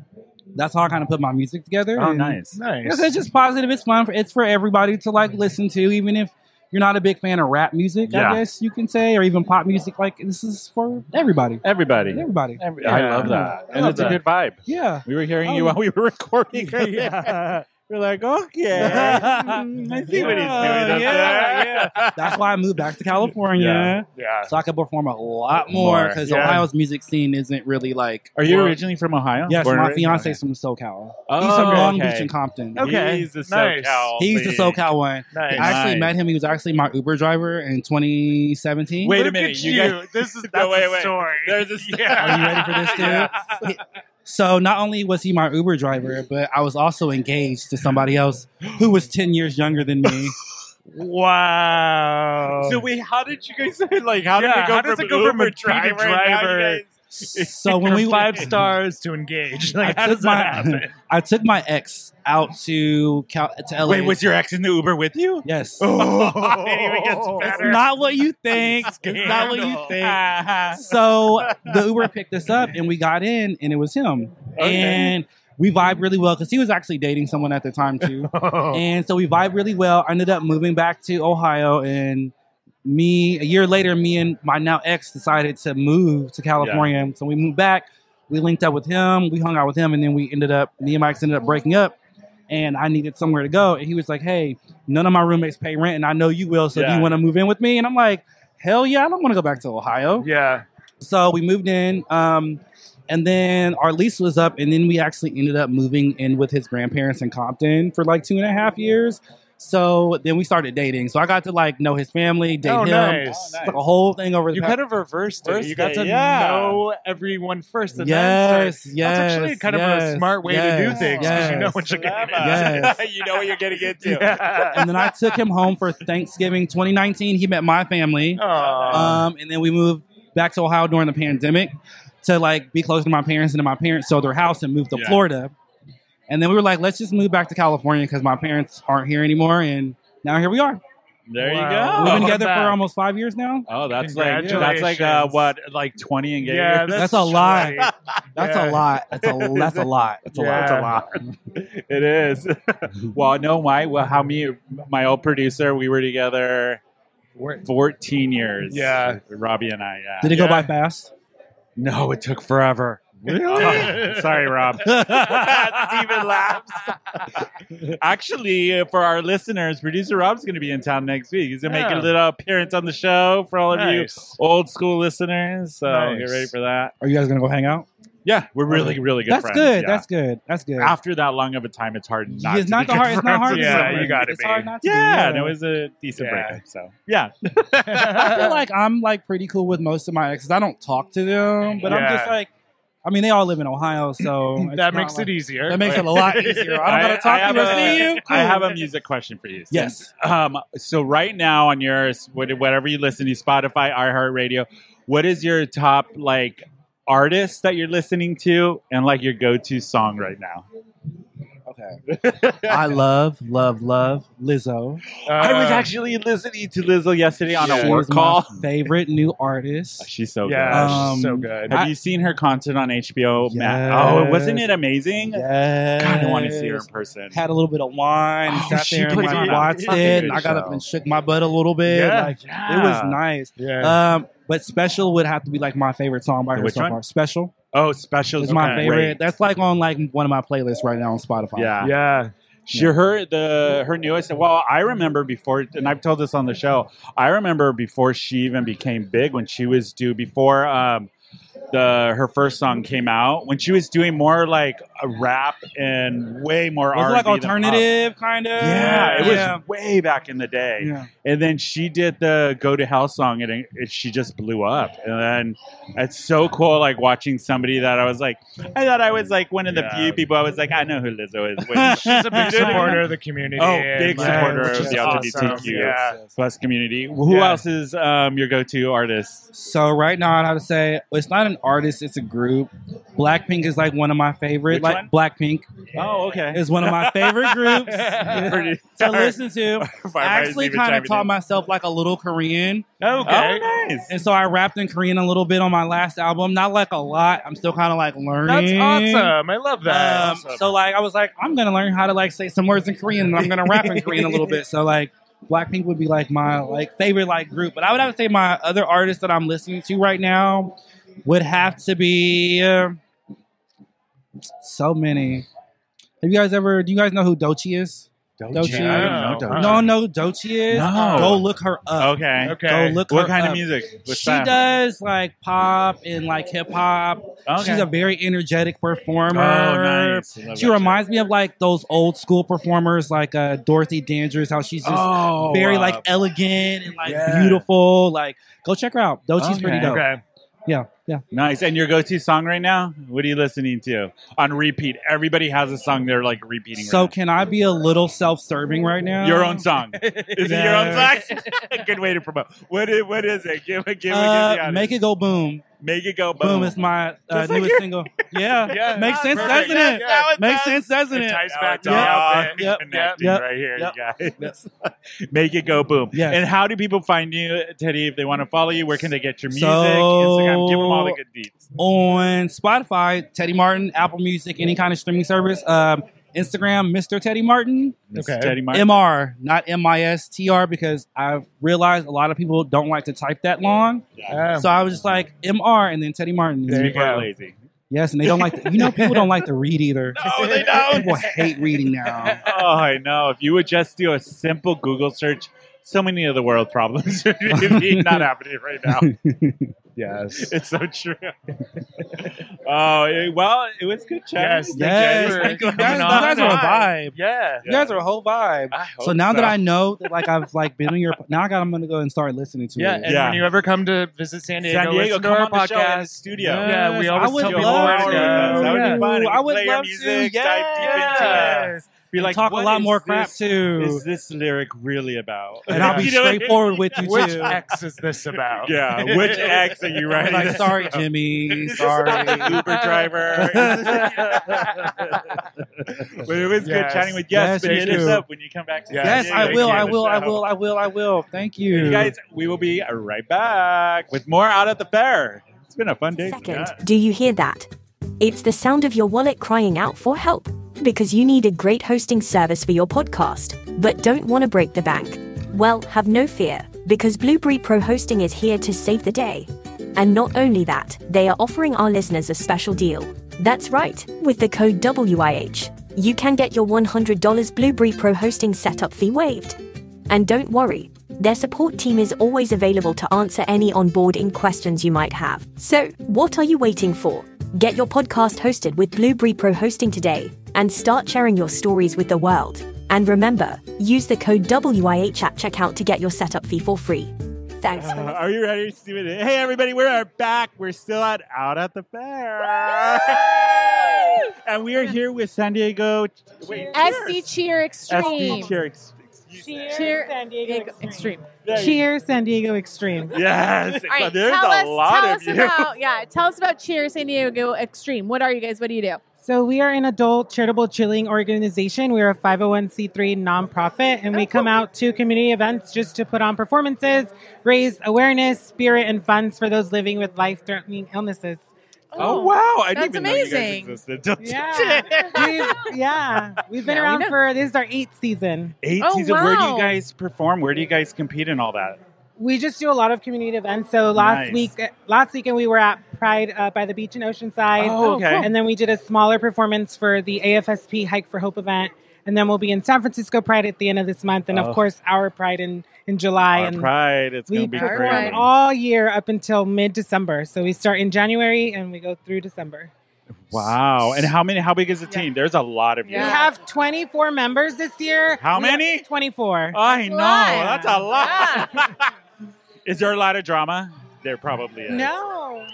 J: that's how I kind of put my music together.
A: Oh,
J: and-
A: nice.
J: Yes,
E: Nice.
J: it's just positive. It's fun. It's for everybody to like listen to, even if you're not a big fan of rap music.
A: Yeah.
J: I guess you can say, or even pop music. Like this is for everybody.
A: Everybody.
J: Everybody.
A: I
E: Yeah.
A: love that.
J: I
A: and
J: love
A: it's a
J: that.
A: good vibe.
J: Yeah.
A: We were hearing
J: Oh.
A: you while we were recording.
E: yeah.
A: We're like, okay. Mm, I see what he's doing up
J: Oh, Yeah,
A: there.
J: That's why I moved back to California,
E: Yeah.
J: so I could perform a lot more
A: More.
J: because
E: Yeah.
J: Ohio's music scene isn't really like.
A: Are you
E: Well,
A: originally from Ohio?
J: Yes,
A: Born and
J: my
A: raised?
J: fiance's from SoCal.
A: Oh,
J: He's from Long
A: okay.
J: Beach and Compton.
E: Okay.
A: He's the
E: nice.
A: SoCal.
J: He's the
A: lead.
J: SoCal one.
E: Nice.
J: I actually
A: Nice.
J: met him. He was actually my Uber driver in 2017.
A: Wait a
E: Look
A: minute,
E: at
A: you
E: you.
A: guys-
E: This is
A: No,
E: that's
A: wait,
E: a
A: wait.
E: story.
A: There's a
J: Are you ready for this, too? So not only was he my Uber driver, but I was also engaged to somebody else who was ten years younger than me.
E: Wow.
A: So wait, how did you guys like? How
E: Yeah,
A: did it go
E: how
A: from
E: does it go from a
A: Uber
E: beat
A: driver?
E: driver?
A: Now you
J: So when we
E: five stars to engage. Like,
J: I
E: how
J: took
E: does that happen?
J: my I took my ex out to Cal, to LA.
A: guys- wait, was your ex in the Uber with you?
J: yes.
A: Oh,
E: It even gets
J: It's
E: better.
J: not what you think. It's not what you think. So the Uber picked us up and we got in and it was him.
A: Okay.
J: And we vibed really well because he was actually dating someone at the time too. and so we vibed really well. I ended up moving back to Ohio, and me a year later, me and my now ex decided to move to California. So we moved back. We linked up with him. We hung out with him, and then we ended up me and my ex ended up breaking up. And I needed somewhere to go, and he was like, "Hey, none of my roommates pay rent, and I know you will. So do
A: Yeah.
J: you want to move in with me?" And I'm like, "Hell yeah! I don't want to go back to Ohio."
E: Yeah.
J: So we moved in, um, and then our lease was up, and then we actually ended up moving in with his grandparents in Compton for like two and a half years. So then we started dating. So I got to like know his family, date
E: Oh,
J: him,
E: nice.
J: It's like a whole thing over the
E: You
J: past-
E: could have reversed it.
A: First
E: You got
A: day,
E: to
A: yeah.
E: know everyone first. And then
J: yes,
E: start.
J: yes,
E: That's actually kind of
J: yes,
E: a smart way to do
J: yes,
E: things because you know what you're getting into.
J: Yes.
A: you know what you're getting into.
E: Yeah.
J: and then I took him home for Thanksgiving 2019. He met my family,
E: Aw.
J: um, and then we moved back to Ohio during the pandemic to like be close to my parents, and then my parents sold their house and moved to
A: Yeah.
J: Florida. And then we were like, let's just move back to California because my parents aren't here anymore, and now here we are.
E: Wow.
A: There you
J: We've
A: go.
J: been together
E: back.
J: for almost five years now.
A: Oh, that's like that's like uh,
E: Congratulations.
A: what like twenty and
E: yeah,
A: years?
J: That's a lot.
E: sweaty.
J: That's
E: Yeah.
J: a lot. That's a that's a lot. That's a lot.
E: Yeah.
A: it is. well, no, my well, how me my old producer, we were together fourteen years.
E: Yeah.
A: Robbie and I. Yeah.
J: Did it go by fast?
A: no, it took forever. Really? Sorry, Rob. Steven laughs. Actually, uh, for our listeners, producer Rob's going to be in town next week. He's going to make
E: Yeah.
A: a little appearance on the show for all of you
E: Nice.
A: old school listeners. So get
E: Nice.
A: ready for that.
J: Are you guys gonna go hang out?
A: Yeah, we're really, really good
J: that's
A: friends.
J: good.
A: yeah.
J: That's good.
E: That's good.
A: After that long of a time, it's hard not.
J: it's
A: to
J: not
A: be
J: the hard. It's not hard. to
E: Yeah,
J: be.
E: you gotta
J: It's
E: be.
J: hard not to be,
A: Yeah, that was a decent
E: Yeah.
A: breakup. So yeah,
J: I feel like I'm like pretty cool with most of my exes. I don't talk to them, but I'm
E: Yeah.
J: just like, I mean, they all live in Ohio, so it's
E: that
J: not
E: makes
J: like-
E: it easier.
J: That makes it a lot easier. I don't gotta
A: I- I
J: talk to you
A: have
J: or
A: a-
J: see you.
A: I have a music question for you. Since,
J: Yes.
A: Um. So right now on your what- whatever you listen to, Spotify, iHeartRadio, what is your top like artist that you're listening to, and like your go-to song right now?
J: Okay. I love, love, love Lizzo.
A: I was actually listening to Lizzo yesterday on
J: She
A: a work
J: is my
A: call.
J: favorite new artist.
A: She's so
E: Yeah,
A: good.
E: she's so
J: Um,
E: good.
A: Have you seen her concert on HBO? Ma- oh, wasn't
J: Yes.
A: it amazing? God, I want to see her in person.
J: Had a little bit of wine and
A: Oh,
J: sat
A: she
J: there and
A: put
J: like,
A: on a
J: watched
A: fucking
J: it. And
A: good
J: I got up
A: show.
J: and shook my butt a little bit.
E: Yeah,
J: Like, It was nice.
E: Yeah.
J: Um, but special would have to be like my favorite song by her
A: Which
J: so
A: one?
J: far. Special
A: oh, special
J: is my
A: okay,
J: favorite.
A: wait.
J: That's like on like one of my playlists right now on Spotify.
A: Yeah.
E: yeah.
A: She her the her newest. Well, I remember before, and I've told this on the show. I remember before she even became big when she was due before um, the her first song came out when she was doing more like a rap and way more
J: was it like
A: R&B than pop.
J: alternative kind of?
A: Yeah, it was
J: yeah.
A: way back in the day.
J: Yeah.
A: And then she did the "Go to Hell" song, and it, it- she just blew up. And then it's so cool, like watching somebody that I was like, I thought I was like one of the
H: Yeah.
A: few people. I was like, I know who Lizzo is. When she-
E: She's a big supporter of the community.
A: Oh,
E: and,
A: big
E: like,
A: supporter
E: which
A: of
E: is
A: the
E: awesome.
A: LGBTQ.
E: Yeah.
A: Plus community. Who
E: Yeah.
A: else is um, your go-to artist?
J: So right now, I'd have to say it's not an artist; it's a group. Blackpink is like one of my favorite.
A: Which
J: like
A: one?
J: Blackpink
A: Oh, okay.
J: is one of my favorite groups
A: Pretty-
J: to listen to. I actually kind of taught
A: my.
J: myself like a little Korean,
A: Okay.
E: Okay.
A: Oh, nice.
J: and so I rapped in Korean a little bit on my last album. Not like a lot. I'm still kind of like
E: That's
J: learning.
E: awesome. I love that.
J: Um, So like I was like, I'm gonna learn how to like say some words in Korean, and I'm gonna rap in Korean a little bit. So like, Blackpink would be like my like favorite like group, but I would have to say my other artist that I'm listening to right now would have to be uh, so many. Have you guys ever? Do you guys know who Dochi is? Dochi.
E: I
J: You
E: don't know.
J: don't know who Dochi is?
A: No.
J: Go look her up.
A: Okay.
E: Okay.
J: Go look
A: What
J: her
A: kind
J: up.
A: of music? What's
J: she
A: that?
J: does like pop and like hip hop.
A: Okay.
J: She's a very energetic performer.
A: Oh, nice.
J: She reminds me of like those old school performers, like uh, Dorothy Dandridge, how she's just
A: oh,
J: very
A: uh,
J: like elegant and like
A: yeah.
J: beautiful. Like, go check her out. Though she's pretty
A: Okay.
J: dope.
E: okay.
J: Yeah, yeah.
A: nice. And your go-to song right now? What are you listening to on repeat? Everybody has a song they're like repeating.
J: So,
A: right
J: can I be a little self-serving right
A: now.
J: now?
A: your own song.
J: Yes.
A: Is it your own song? Good way to promote. What is, what is it? Give it, give it, give
J: Uh,
A: it.
J: make it go boom.
A: make it go boom.
J: Boom, is my uh,
A: Just like
J: newest
A: your-
J: single. Yeah.
E: Yeah.
J: makes sense,
E: Perfect.
J: doesn't
E: Yeah,
J: it?
E: yeah.
J: Makes sense, doesn't
E: It
J: it?
E: ties back to
A: Yeah.
E: the outfit.
A: Yep.
E: Connecting
J: Yep.
E: right here,
J: Yep.
E: you guys.
A: Make it go boom.
J: Yes.
A: And how do people find you, Teddy, if they want to follow you? Where can they get your music?
J: So-
A: Instagram. Give them all the good deeds.
J: on Spotify, Teddy Martin, Apple Music, any kind of streaming service. Um, Instagram, Mr. Teddy Martin,
E: Okay.
A: Teddy Martin.
J: MR, not M I S T R, because I've realized a lot of people don't like to type that long.
E: Yeah.
J: So I was just like MR and then Teddy Martin.
A: These
E: There you
A: people are
E: go.
A: lazy.
J: Yes, and they don't like. To, you know, people don't like to read either.
A: No, they don't.
J: People hate reading now.
A: oh, I know. If you would just do a simple Google search, so many of the world problems would be not happening right now.
E: Yes.
A: It's so true. oh, it- well, it was good chat.
E: Yes,
J: Yes, thank you. guys, you guys are a vibe.
E: Yeah.
J: You guys are a whole vibe. So now that I know that, like, I've like been on your. Now I got. I'm gonna go and start listening to
E: Yeah,
J: it.
E: and
A: Yeah.
E: when you ever come to visit San Diego,
A: San Diego,
E: listen to
A: come
E: our
A: on the show in the
E: podcast.
A: studio.
E: Yeah, we
J: Yes, I
E: always
J: would
E: tell people
J: love
E: where to
J: to.
E: go.
A: That would
J: Yeah.
A: be fun.
J: Ooh, I
A: We
J: would
A: play your
J: love to.
A: music, dive deep
J: Yes.
A: into it. Be
J: And
A: like,
J: talk a
A: what
J: lot
A: is
J: more crap
A: this-
J: too.
A: Is this lyric really about?
J: and I'll be
A: You know what I mean?
J: straightforward with you
E: Which
J: too.
E: X is this about?
A: Yeah, which acts are you writing?
J: like,
A: this
J: sorry,
A: about?
J: Jimmy.
A: Is this
J: Sorry.
A: about the Uber driver. Is this- but it was good
E: Yes.
A: chatting with yes.
J: Yes,
A: but
J: you
A: hit us
J: do.
A: up when you come back to San
J: Yes,
A: Diego.
J: I
A: Thank
J: will.
A: you.
J: I will. I
A: So,
J: will. I will. I will. Thank you.
A: You guys, we will be right back with more out at the fair. It's been a fun day.
K: Second, do you hear that? It's the sound of your wallet crying out for help because you need a great hosting service for your podcast, but don't want to break the bank. Well, have no fear because Blueberry Pro Hosting is here to save the day. And not only that, they are offering our listeners a special deal. That's right, with the code WIH, you can get your $100 Blueberry Pro Hosting setup fee waived. And don't worry, their support team is always available to answer any onboarding questions you might have. So, what are you waiting for? Get your podcast hosted with Blueberry Pro Hosting today and start sharing your stories with the world. And remember, use the code WIH at checkout to get your setup fee for free. Thanks.
A: Uh, are you ready to see what it? Hey, everybody, we are back. We're still at Out at the Fair. and we are here with San Diego. Wait,
B: SD
A: cheers.
B: Cheer Extreme.
A: SD Cheer. ex- excuse me.
B: Cheer
L: San
B: Extreme.
L: Diego
B: Extreme.
A: There you-
L: Cheer San Diego Extreme.
A: Yes.
B: All right,
A: There's
B: tell
A: a
B: us,
A: lot
B: tell
A: of
B: us
A: you.
B: about yeah. Tell us about Cheer San Diego Extreme. What are you guys? What do you do?
L: So we are an adult charitable chilling organization. We're a 501c3 nonprofit, and we come out to community events just to put on performances, raise awareness, spirit, and funds for those living with life-threatening illnesses.
A: Oh, wow! I
L: that's
A: didn't even know you guys
L: amazing.
A: existed. till
L: Yeah, we've, yeah. We've been
A: Now we
L: around
A: know. Oh,
L: for this is our eighth season.
A: Eight season. Where do you guys perform? Where do you guys compete in all that?
L: We just do a lot of community events. So last
A: Nice.
L: week, last weekend we were at Pride uh, by the beach in Oceanside.
A: Oh, okay.
L: And then we did a smaller performance for the AFSP Hike for Hope event. And then we'll be in San Francisco Pride at the end of this month, and
A: Oh.
L: of course our Pride in in July.
A: Our
L: and
A: Pride, it's
L: we
A: gonna be
L: perform
A: crazy.
L: all year up until mid December. So we start in January and we go through December.
A: Wow! And how many? How big is the team? There's a lot of you.
L: We have 24 members this year.
A: How
L: We have
A: many?
L: 24.
A: I know. That's a lot. Is there a lot of drama? There probably is.
L: No.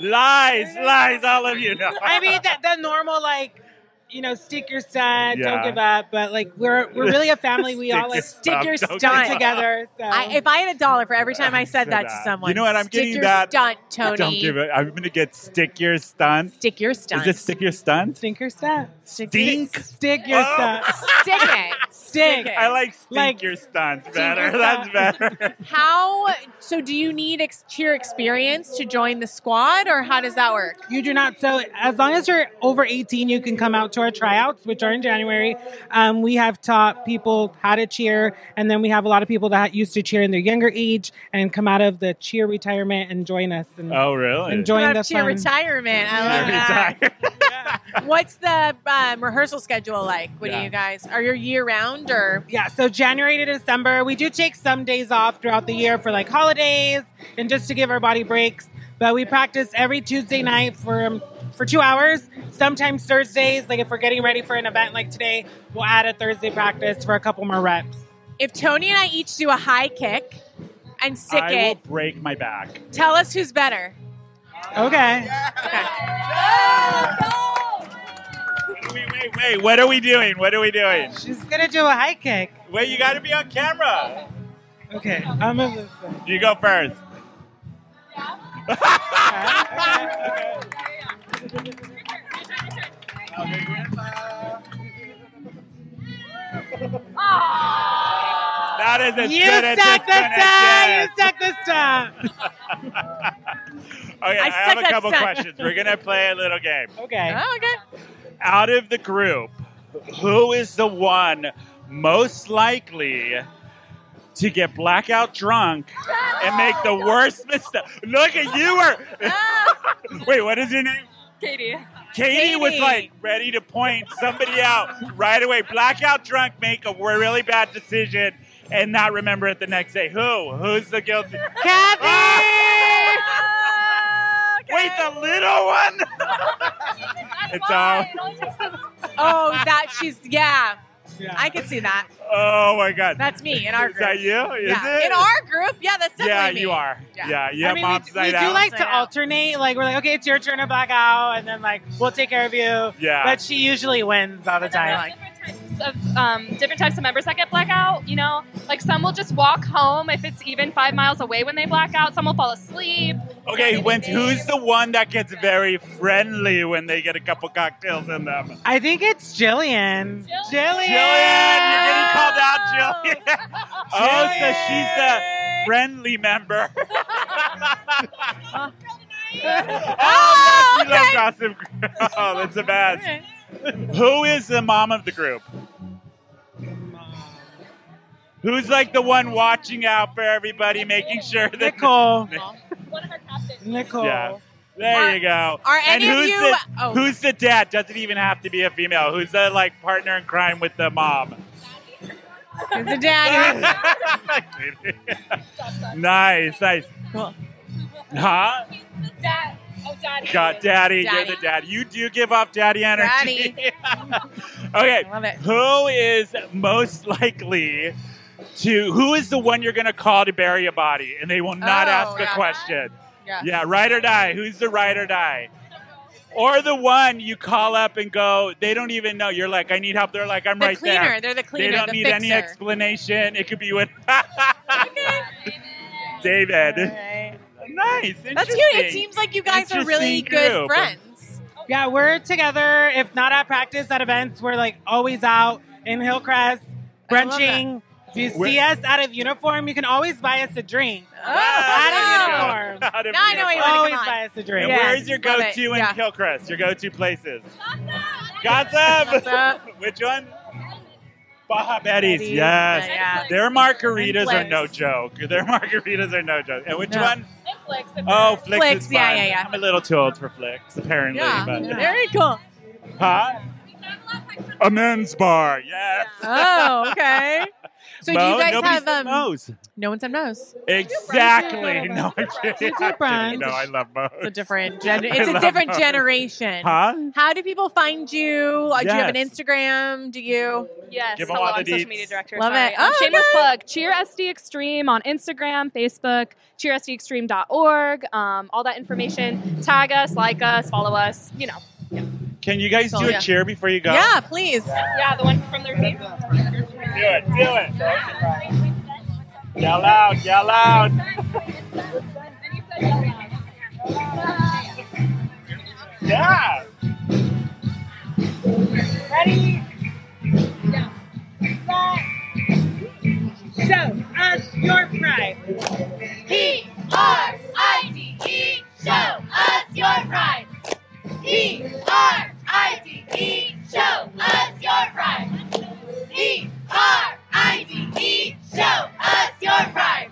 A: Lies, lies, all of you. know.
L: I mean, the, the normal like, you know, stick your stud,
A: Yeah.
L: don't give up. But like, we're we're really a family. We all like
A: Stick
L: stick
A: your
L: your
A: stud,
L: stud
A: don't give up.
L: together. So.
B: I, if I had a dollar for every time I said that to
A: that.
B: someone,
A: You know what? I'm
B: stick
A: getting
B: your
A: that-
B: Stunt, Tony.
A: Don't give it. I'm gonna get stick your stunt.
B: Stick your
A: Is
B: stunt.
A: this stick your stunt?
L: Stink your stunt.
A: Stick, Stink?
L: Stick your stunt.
B: Stick it.
L: Stick.
A: Oh. I like stink your stunts better.
B: your
A: That's better.
B: How? So, do you need ex- cheer experience to join the squad, or how does that work?
L: You do not. So as long as you're over 18, you can come out to our tryouts, which are in January. Um, we have taught people how to cheer, and then we have a lot of people that used to cheer in their younger age and come out of the cheer retirement and join us. And
A: Oh, really?
L: And join
B: Love
L: the
B: cheer
L: fun.
B: retirement. I love that. What's the um, rehearsal schedule like? What
L: Yeah.
B: do you guys are you year round or?
L: Yeah, so January to December, we do take some days off throughout the year for like holidays and just to give our body breaks. But we practice every Tuesday night for um, for two hours. Sometimes Thursdays, like if we're getting ready for an event like today, we'll add a Thursday practice for a couple more reps.
B: If Tony and I each do a high kick and stick
A: I
B: it,
A: will break my back.
B: tell us who's better.
L: Okay.
A: Wait, wait, what are we doing? What are we doing?
L: She's gonna do a high kick.
A: Wait, you gotta be on camera.
L: Okay, I'm gonna listen.
A: You go first. That is as
L: You
A: good as
L: suck
A: it's
L: this
A: gonna
L: time. You
A: get.
L: suck this time.
A: Okay, Oh, I,
L: I
A: have
L: suck
A: a
L: at
A: couple
L: stunt.
A: questions. We're gonna play a little game.
L: Okay.
B: Oh, okay.
A: Out of the group, who is the one most likely to get blackout drunk and make the worst mistake? Look at you! Were wait, what is your name?
M: Katie.
A: Katie, was like ready to point somebody out right away. Blackout drunk, make a really bad decision and not remember it the next day. Who? Who's the guilty?
L: Kathy!
A: Ah! Wait, the little one? it's all.
B: Oh, that she's yeah. I can see that.
A: Oh my God.
B: That's me in our
A: Is
B: group.
A: that you? Is
B: yeah.
A: it?
B: In our group, yeah, that's definitely
A: Yeah,
B: me.
A: you are. Yeah, you
L: I
A: have
L: mean,
A: mom's
L: we,
A: side
L: we do
A: out.
L: like to alternate. Like we're like, okay, it's your turn to black out, and then like we'll take care of you.
A: Yeah.
L: But she usually wins all the time. Like,
M: Of um, different types of members that get blackout, you know, like some will just walk home if it's even five miles away when they black out. Some will fall asleep.
A: Okay, when, who's the one that gets very friendly when they get a couple cocktails in them?
L: I think it's Jillian. Jillian.
A: Jillian, you're getting called out, Jillian. oh, so she's the friendly member. oh, yes, we love Gossip Girl. Oh, that's the best. Who is the mom of the group? Who's like the one watching out for everybody, making sure that Oh.
L: Nicole.
M: One of our captains.
L: Nicole.
A: Yeah. There
B: Are-
A: you go.
B: are
A: and
B: any of
A: who's
B: you-
A: the,
B: oh.
A: who's the dad? Doesn't even have to be a female. Who's the like partner in crime with the mom?
B: Is the daddy.
A: nice, nice.
B: Cool.
A: Huh?
M: Dad. Oh, daddy.
A: Got daddy, You're the dad. You do give off daddy energy. okay. Who is most likely to? Who is the one you're going to call to bury a body, and they will not
D: Oh,
A: ask
D: yeah.
A: a question?
D: Yeah.
A: Yeah. Ride or die. Who's the ride or die? Or the one you call up and go, they don't even know. You're like, I need help. They're like, I'm
B: The
A: right
B: cleaner.
A: there.
B: They're the
A: They
B: cleaner,
A: don't
B: the
A: need any
B: fixer.
A: explanation. It could be what. David. Nice.
B: That's cute. It
A: interesting.
B: seems like you guys are
A: Interesting
B: really good
A: group.
B: friends.
L: Yeah, we're together. If not at practice, at events, we're like always out in Hillcrest, brunching. If you see
C: We're-
L: us out of uniform, you can always buy us a drink. out of uniform.
B: Oh, Now I know what you wanna
L: Always
B: come on.
L: buy us a drink.
B: Yes,
A: And where's your
B: love
A: go-to
B: it.
A: in
B: Yeah.
A: Hillcrest? Your go-to places? Gossip. Which one? Baja Betty's.
H: Betty's.
A: Yes.
H: Yeah.
A: Their margaritas are
H: Netflix.
A: no joke. Their margaritas are no joke. And which
H: No.
A: one? Oh, Flicks.
B: Flicks,
A: is
B: yeah,
A: fun.
B: yeah, yeah.
A: I'm a little too old for Flicks, apparently.
B: Yeah.
A: But.
B: Very cool.
A: Huh? A men's bar. Yes.
B: Oh, okay. So do
A: Mo,
B: you guys
A: nobody
B: have
A: said
B: um?
A: Mo's.
B: No one said Mo's.
A: Exactly. No, I'm kidding.
B: You do
A: I'm
B: brunch.
A: kidding. No, I love Mo's.
B: It's a different gen-
A: I
B: It's a
A: love
B: different
A: Mo's.
B: generation.
A: Huh?
B: How do people find you? Uh, Do you have an
A: Yes.
B: Instagram? Do you?
M: Yes,
B: Give 'em
M: hello,
B: all the
M: I'm social
B: deets.
M: media director.
B: Love
M: sorry.
B: it.
M: Um,
B: Oh,
M: shameless
B: no.
M: plug. Cheer SD Extreme on Instagram, Facebook, cheersdextreme.org. Um, all that information. Tag us, like us, follow us. You know.
A: Can you guys do
M: Yeah.
A: a cheer before you go?
B: please.
M: Yeah, the one from their team. Do it.
A: Do it. Yell out, yell out. Yeah.
L: Ready? Show us your pride.
D: P R I D E, show us your pride. P R I D E, show us your pride. P R I D E, show us your pride.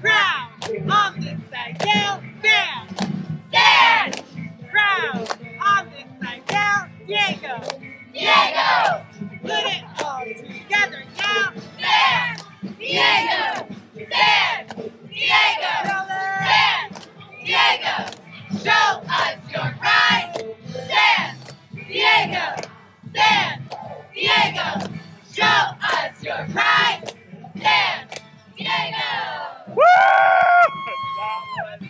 D: Proud on this side, yell, stand. Stand. Proud on this side, yell, Diego. Diego. Put it all together now, stand. Diego. Stand. Diego. Stand. Diego. Show us your pride. Stand. Diego. Stand. Diego. Show us your pride. Stand. Diego.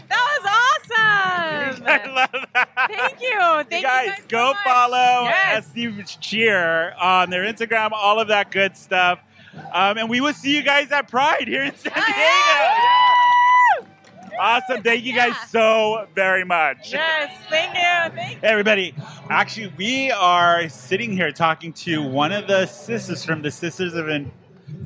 B: That was awesome. I
A: love that.
B: Thank you. Thank you
A: guys,
B: guys so
A: go
B: much.
A: follow
B: Yes.
A: SD Cheer on their Instagram, all of that good stuff. Um, and we will see you guys at Pride here in San Diego. Awesome. Thank you guys so very much.
B: Yes. Thank you. Thank
A: Hey, everybody. Actually, we are sitting here talking to one of the sisters from the Sisters of In-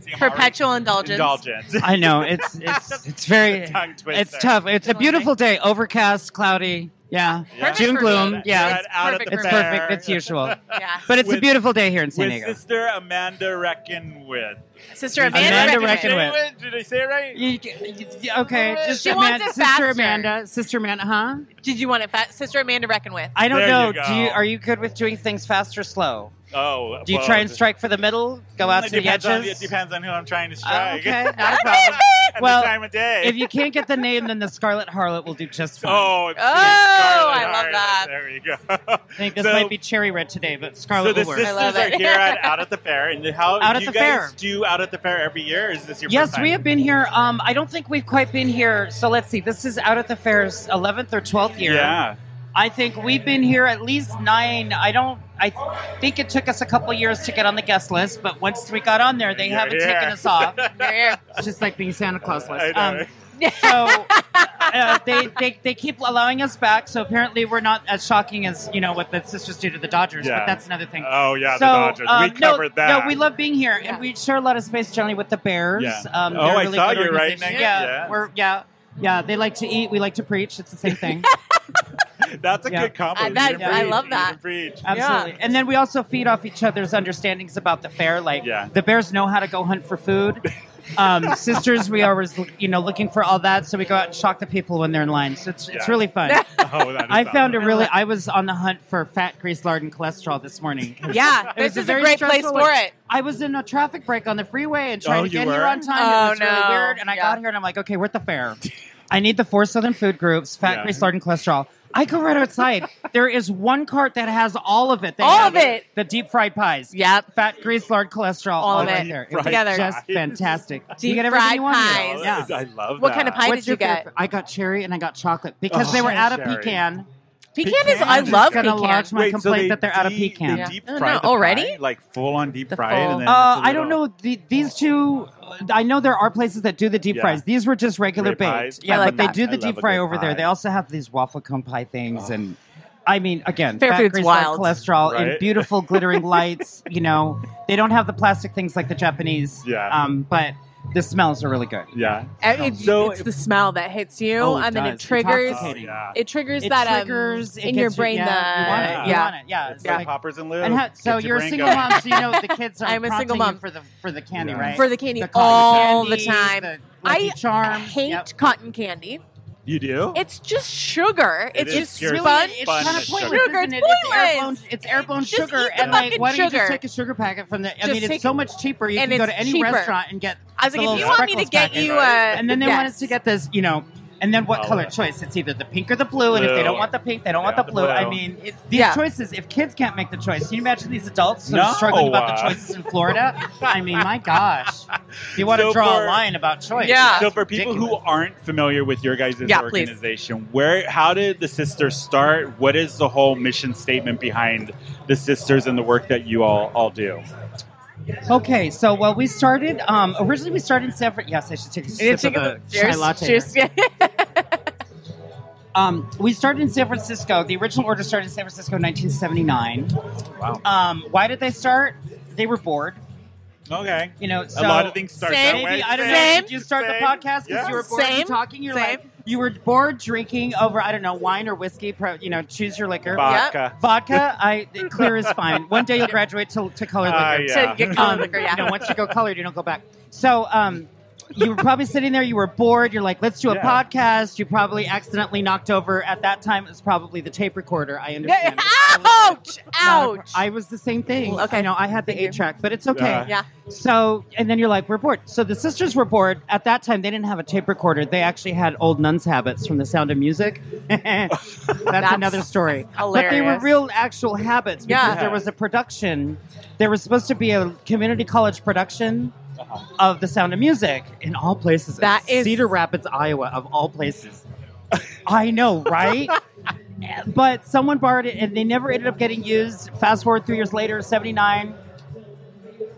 B: you. Perpetual indulgence.
A: Indulgence.
N: I know it's it's it's very
A: It's a tongue twister.
N: it's tough. It's a beautiful day, overcast, cloudy. Yeah,
A: Perfect
N: June
A: for
N: gloom.
A: me.
N: Yeah,
A: Right
N: it's,
A: out of the
N: it's
A: fair.
N: perfect. It's usual.
A: Yeah.
N: but it's
A: With-
N: a beautiful day here in San
A: with
N: Diego.
A: Sister Amanda Reckon with.
B: Sister
N: Amanda Reckonwith.
A: Did I say it right?
N: You ca- you- okay, just
B: She
N: Amanda,
B: wants it
N: Sister
B: faster.
N: Amanda, Sister Amanda, huh?
B: Did you want it, fa- Sister Amanda? Reckon with.
N: I don't
A: There
N: know.
A: you go.
N: Do you are you good with doing things fast or slow?
A: Oh,
N: Do you
A: well,
N: try and
A: it-
N: strike for the middle? Go out
A: it
N: to the
A: depends on-
N: edges? Oh,
A: it depends on who I'm trying to strike.
N: okay, not a problem.
A: At
N: well,
A: the time of day.
N: if you can't get the name, then the Scarlet Harlot will do just fine.
A: Oh, it's- it's Scarlet Heart. There you go.
N: I think this
A: So-
N: might be cherry red today, but Scarlet
A: so the
N: will work.
A: sisters are here at Out at the Fair, and how
N: Out
A: do
N: at
A: you
N: the
A: guys
N: Fair.
A: do Out at the Fair every year? or Is this your
N: yes,
A: first time?
N: we have been here. Um, I don't think we've quite been here. So let's see. This is Out at the Fair's 11th or 12th year.
A: Yeah.
N: I think we've been here at least nine. I don't. I think it took us a couple years to get on the guest list, but once we got on there, they
D: You're
N: haven't
D: here.
N: taken us off. it's just like being Santa Claus Um,
D: I
N: list.
D: know.
N: so uh, they, they they keep allowing us back. So apparently we're not as shocking as you know what the sisters do to the Dodgers.
A: Yeah.
N: But that's another thing.
A: Oh
N: so,
A: yeah, the Dodgers.
N: um,
A: we
N: no,
A: covered that.
N: No, we love being here, and we share a lot of space generally with the Bears.
A: Yeah.
N: Um,
A: Oh,
N: they're a
A: I
N: really
A: saw
N: good
A: you right
N: organization.
A: next-
N: Yeah,
A: yes.
N: we're yeah. Yeah, they like to eat. We like to preach. It's the same thing.
A: That's a
N: Yeah.
A: good combo.
N: Uh, that-
A: You can
N: I
A: preach,
N: love
A: you
N: that.
A: can preach.
N: Absolutely. And then we also feed off each other's understandings about the fair. Like the bears know how to go hunt for food. Um, sisters, we are always you know looking for all that, so we go out and shock the people when they're in line. So it's it's
A: Yeah.
N: really fun.
A: Oh, that is
N: I found it
A: awesome.
N: really. I was on the hunt for fat, grease, lard, and cholesterol this morning.
B: Yeah,
N: It was
B: this is a
N: very
B: great place
N: stressful
B: for
N: one.
B: it.
N: I was in a traffic break on the freeway and
B: Oh,
N: trying to
B: you
N: get
B: were?
N: here on time.
B: Oh,
N: it was really
B: no.
N: weird. And I
B: Yeah.
N: got here and I'm like, okay, we're at the fair. I need the four southern food groups: fat,
B: Yeah.
N: grease, lard, and cholesterol. I go right outside. there is one cart that has all of it. They
B: All
N: have
B: of it.
N: The deep fried pies. Yep. Fat, grease, lard, cholesterol.
B: All
N: All,
B: of
N: right
B: it.
N: there.
B: Deep
N: It was
B: fried
N: just
B: pies.
N: fantastic.
B: Deep
N: you get everything
B: fried
N: you want
B: pies.
N: Here. Yeah.
A: I love
B: What kind of that. pie did
N: your
B: you get?
N: favorite? I got cherry and I got chocolate because
A: Oh,
N: they were out of
A: cherry.
N: pecan.
B: Pecan is. I
N: I'm just
B: love
N: gonna
B: pecan.
N: lodge my
A: Wait, so
N: complaint
A: they
N: that they're out of
A: deep-
N: pecan.
A: they deep fried
B: oh,
A: the pie,
N: already?
A: like full on deep fried, and then
N: Uh,
A: it's a
N: I don't
A: little-
N: know. The, these two, I know there are places that do the deep
A: Yeah.
N: fries. These were just regular
A: Great pies.
N: baked.
A: I
N: Yeah, but
A: like
N: they
A: that.
N: do
A: I
N: the
A: love a
N: deep fry
A: good
N: over there.
A: pie.
N: They also have these waffle cone pie things, and I mean, again,
B: Fair
N: fat,
B: food's
N: grease,
B: wild.
N: bad cholesterol
B: Right?
N: and beautiful glittering lights. You know, they don't have the plastic things like the Japanese. Yeah. Um, but the smells are really good.
A: Yeah.
B: And Uh, It's, it's the smell that hits you,
N: Oh, it
B: and then it
N: does.
B: triggers.
N: Intoxicating. Oh, yeah.
B: It triggers
N: It
B: that
N: triggers,
B: um,
N: it
B: in your
N: gets you-
B: brain.
N: yeah,
B: the
N: you want it, you
B: yeah,
N: want it, yeah. It's
A: Yeah,
N: like-
A: poppers and lube.
N: And how, so
A: Gets your
N: you're a
A: brain
N: single
A: going.
N: mom, so you know the kids are.
B: I'm a single
N: prompting
B: mom.
N: you for the for the candy,
A: Yeah.
N: right?
B: for the candy
N: The cotton
B: all
N: candies,
B: the time.
N: the
B: I
N: Lucky Charms,
B: hate cotton candy.
A: You do?
B: It's just sugar.
A: It
B: it's
A: is
B: just
A: pure
B: really,
A: fun-
N: It's
A: fun
N: kind of
A: and
N: pointless,
A: sugar.
N: isn't it?
B: Sugar,
N: It's
B: it's
N: airborne, it's airborne
B: Just
N: sugar,
B: eat the
N: and like,
B: fucking
N: why don't you
B: sugar.
N: just take a sugar packet from the? I
B: Just
N: mean,
B: take-
N: it's so much cheaper. You
B: and
N: can go
B: it's
N: to any
B: cheaper.
N: restaurant and get.
B: I was
N: the
B: like, if
N: little
B: you want me to
N: Spreckles
B: get
N: packet.
B: you a-
N: and then they want
B: yes.
N: us to get this, you know. And then what
B: Oh,
N: color
B: yeah.
N: choice? It's either the pink or the blue. And if
B: Blue.
N: they don't want the pink, they don't want
B: Yeah,
N: the
B: the
N: blue. I
B: blue.
N: mean, it's, these
B: Yeah.
N: choices. If kids can't make the choice, can you imagine these adults that
B: No.
N: are struggling about the
A: Uh.
N: choices in Florida? I mean, my gosh, you want
A: So
N: to draw
A: for-
N: a line about choice?
A: So for people who aren't familiar with your guys'
N: Yeah, please.
A: organization, where how did the sisters start? What is the whole mission statement behind the sisters and the work that you all all do?
N: Okay, so well, we started. Um, originally, we started in San Fran. Yes, I should take a sip
B: take a-
N: of the
B: cheers,
N: chai latte.
B: cheers,
N: um, we started in San Francisco. The original order started in San Francisco in 1979. Wow. Um, why did they start? They were bored.
A: Okay.
N: You know, so
A: a lot of things start that way.
N: Maybe, I don't
B: Same.
N: know. Did you start
B: Same.
N: the podcast because
B: Yeah.
N: you were bored of
B: Same.
N: talking? You're
B: Same.
N: like you were bored drinking over I don't know wine or whiskey. Pro, you know, choose your liquor.
A: Vodka. Yep.
N: Vodka. I clear is fine. One day you'll graduate to, to color liquor.
A: Ah, yeah. To get
B: colored
N: Um,
B: liquor, yeah.
N: You know, once you go colored, you don't go back. So. Um, you were probably sitting there. You were bored. You're like, "Let's do a
B: Yeah.
N: podcast." You probably accidentally knocked over. At that time, it was probably the tape recorder. I understand.
B: ouch!
N: Not a-
B: Ouch!
N: I was the same thing. Okay. No, I had the eight track, but it's okay.
B: Yeah. Yeah.
N: So, and then you're like, we're bored. So the sisters were bored. At that time, they didn't have a tape recorder. They actually had old nuns' habits from The Sound of Music. That's, another story. But they were
B: hilarious.
N: real, actual habits because
B: Yeah.
N: there was a production. There was supposed to be a community college production of The Sound of Music in all places. That is Cedar Rapids, Iowa, of all places. I know, right? but someone borrowed it and they never ended up getting used. Fast forward three years later, 79,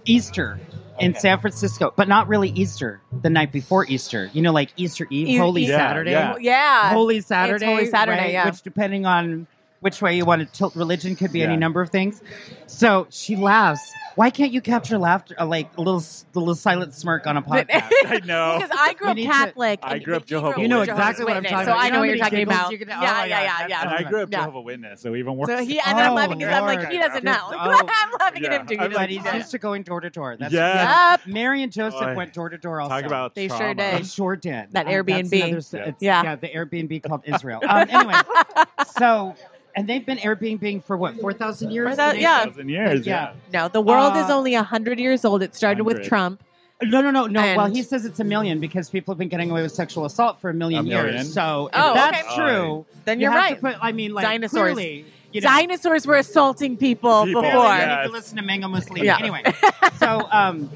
N: Easter in
B: Okay.
N: San Francisco, but not really Easter, the night before Easter. You know, like Easter Eve,
B: You-
N: Holy
B: yeah,
N: Saturday.
B: yeah. Yeah.
N: Holy
B: It's
N: Saturday.
B: Holy Saturday,
N: right?
B: yeah.
N: Which, depending on which way you want to tilt religion, could be any number of things. So she laughs. Why can't you capture laughter, uh, like a little, s- the little silent smirk on a podcast?
A: I know.
B: Because I grew up Catholic.
A: I grew up Jehovah.
N: You know exactly what I'm talking
B: So
N: about.
B: I
N: You know
B: know
N: how
B: what you're
N: many
B: talking
N: giggles
B: about.
N: you can- oh
B: yeah,
N: my
B: yeah,
N: God,
B: yeah,
N: that's Oh,
B: yeah.
A: And I grew up
B: Yeah.
A: Jehovah Witness, so even worse.
B: So he and I'm laughing because I'm like, he doesn't know. I'm laughing at him doing
N: I'm
B: it.
N: like,
B: like
N: he's
B: that.
N: used to going door to door. That's
A: Yes.
B: Yep.
N: Mary and Joseph
B: Boy.
N: went door to door. Also,
B: Talk about They sure trauma. did.
N: They sure did.
B: That
N: Um, that's
B: Airbnb.
N: another s-
B: Yeah.
N: it's-
B: Yeah.
N: yeah. the Airbnb called Israel. Um, anyway, so and they've been Airbnb for what four thousand years?
B: That- yeah. No, the world is
N: Uh,
B: only hundred years old. It started with
N: 100.
B: Trump.
N: No, no, no, no.
B: And-
N: well, he says it's a million because people have been getting away with sexual assault for a million,
B: A million?
N: years. So if
B: Oh,
N: that's
B: okay.
N: true.
B: Then
N: you
B: you're
N: have
B: right.
N: To put, I mean, like
B: dinosaurs.
N: clearly,
B: Dinosaurs were assaulting people,
N: People,
B: before.
N: yeah, you can listen to Mango Muslim.
B: Yeah.
N: Anyway, so um,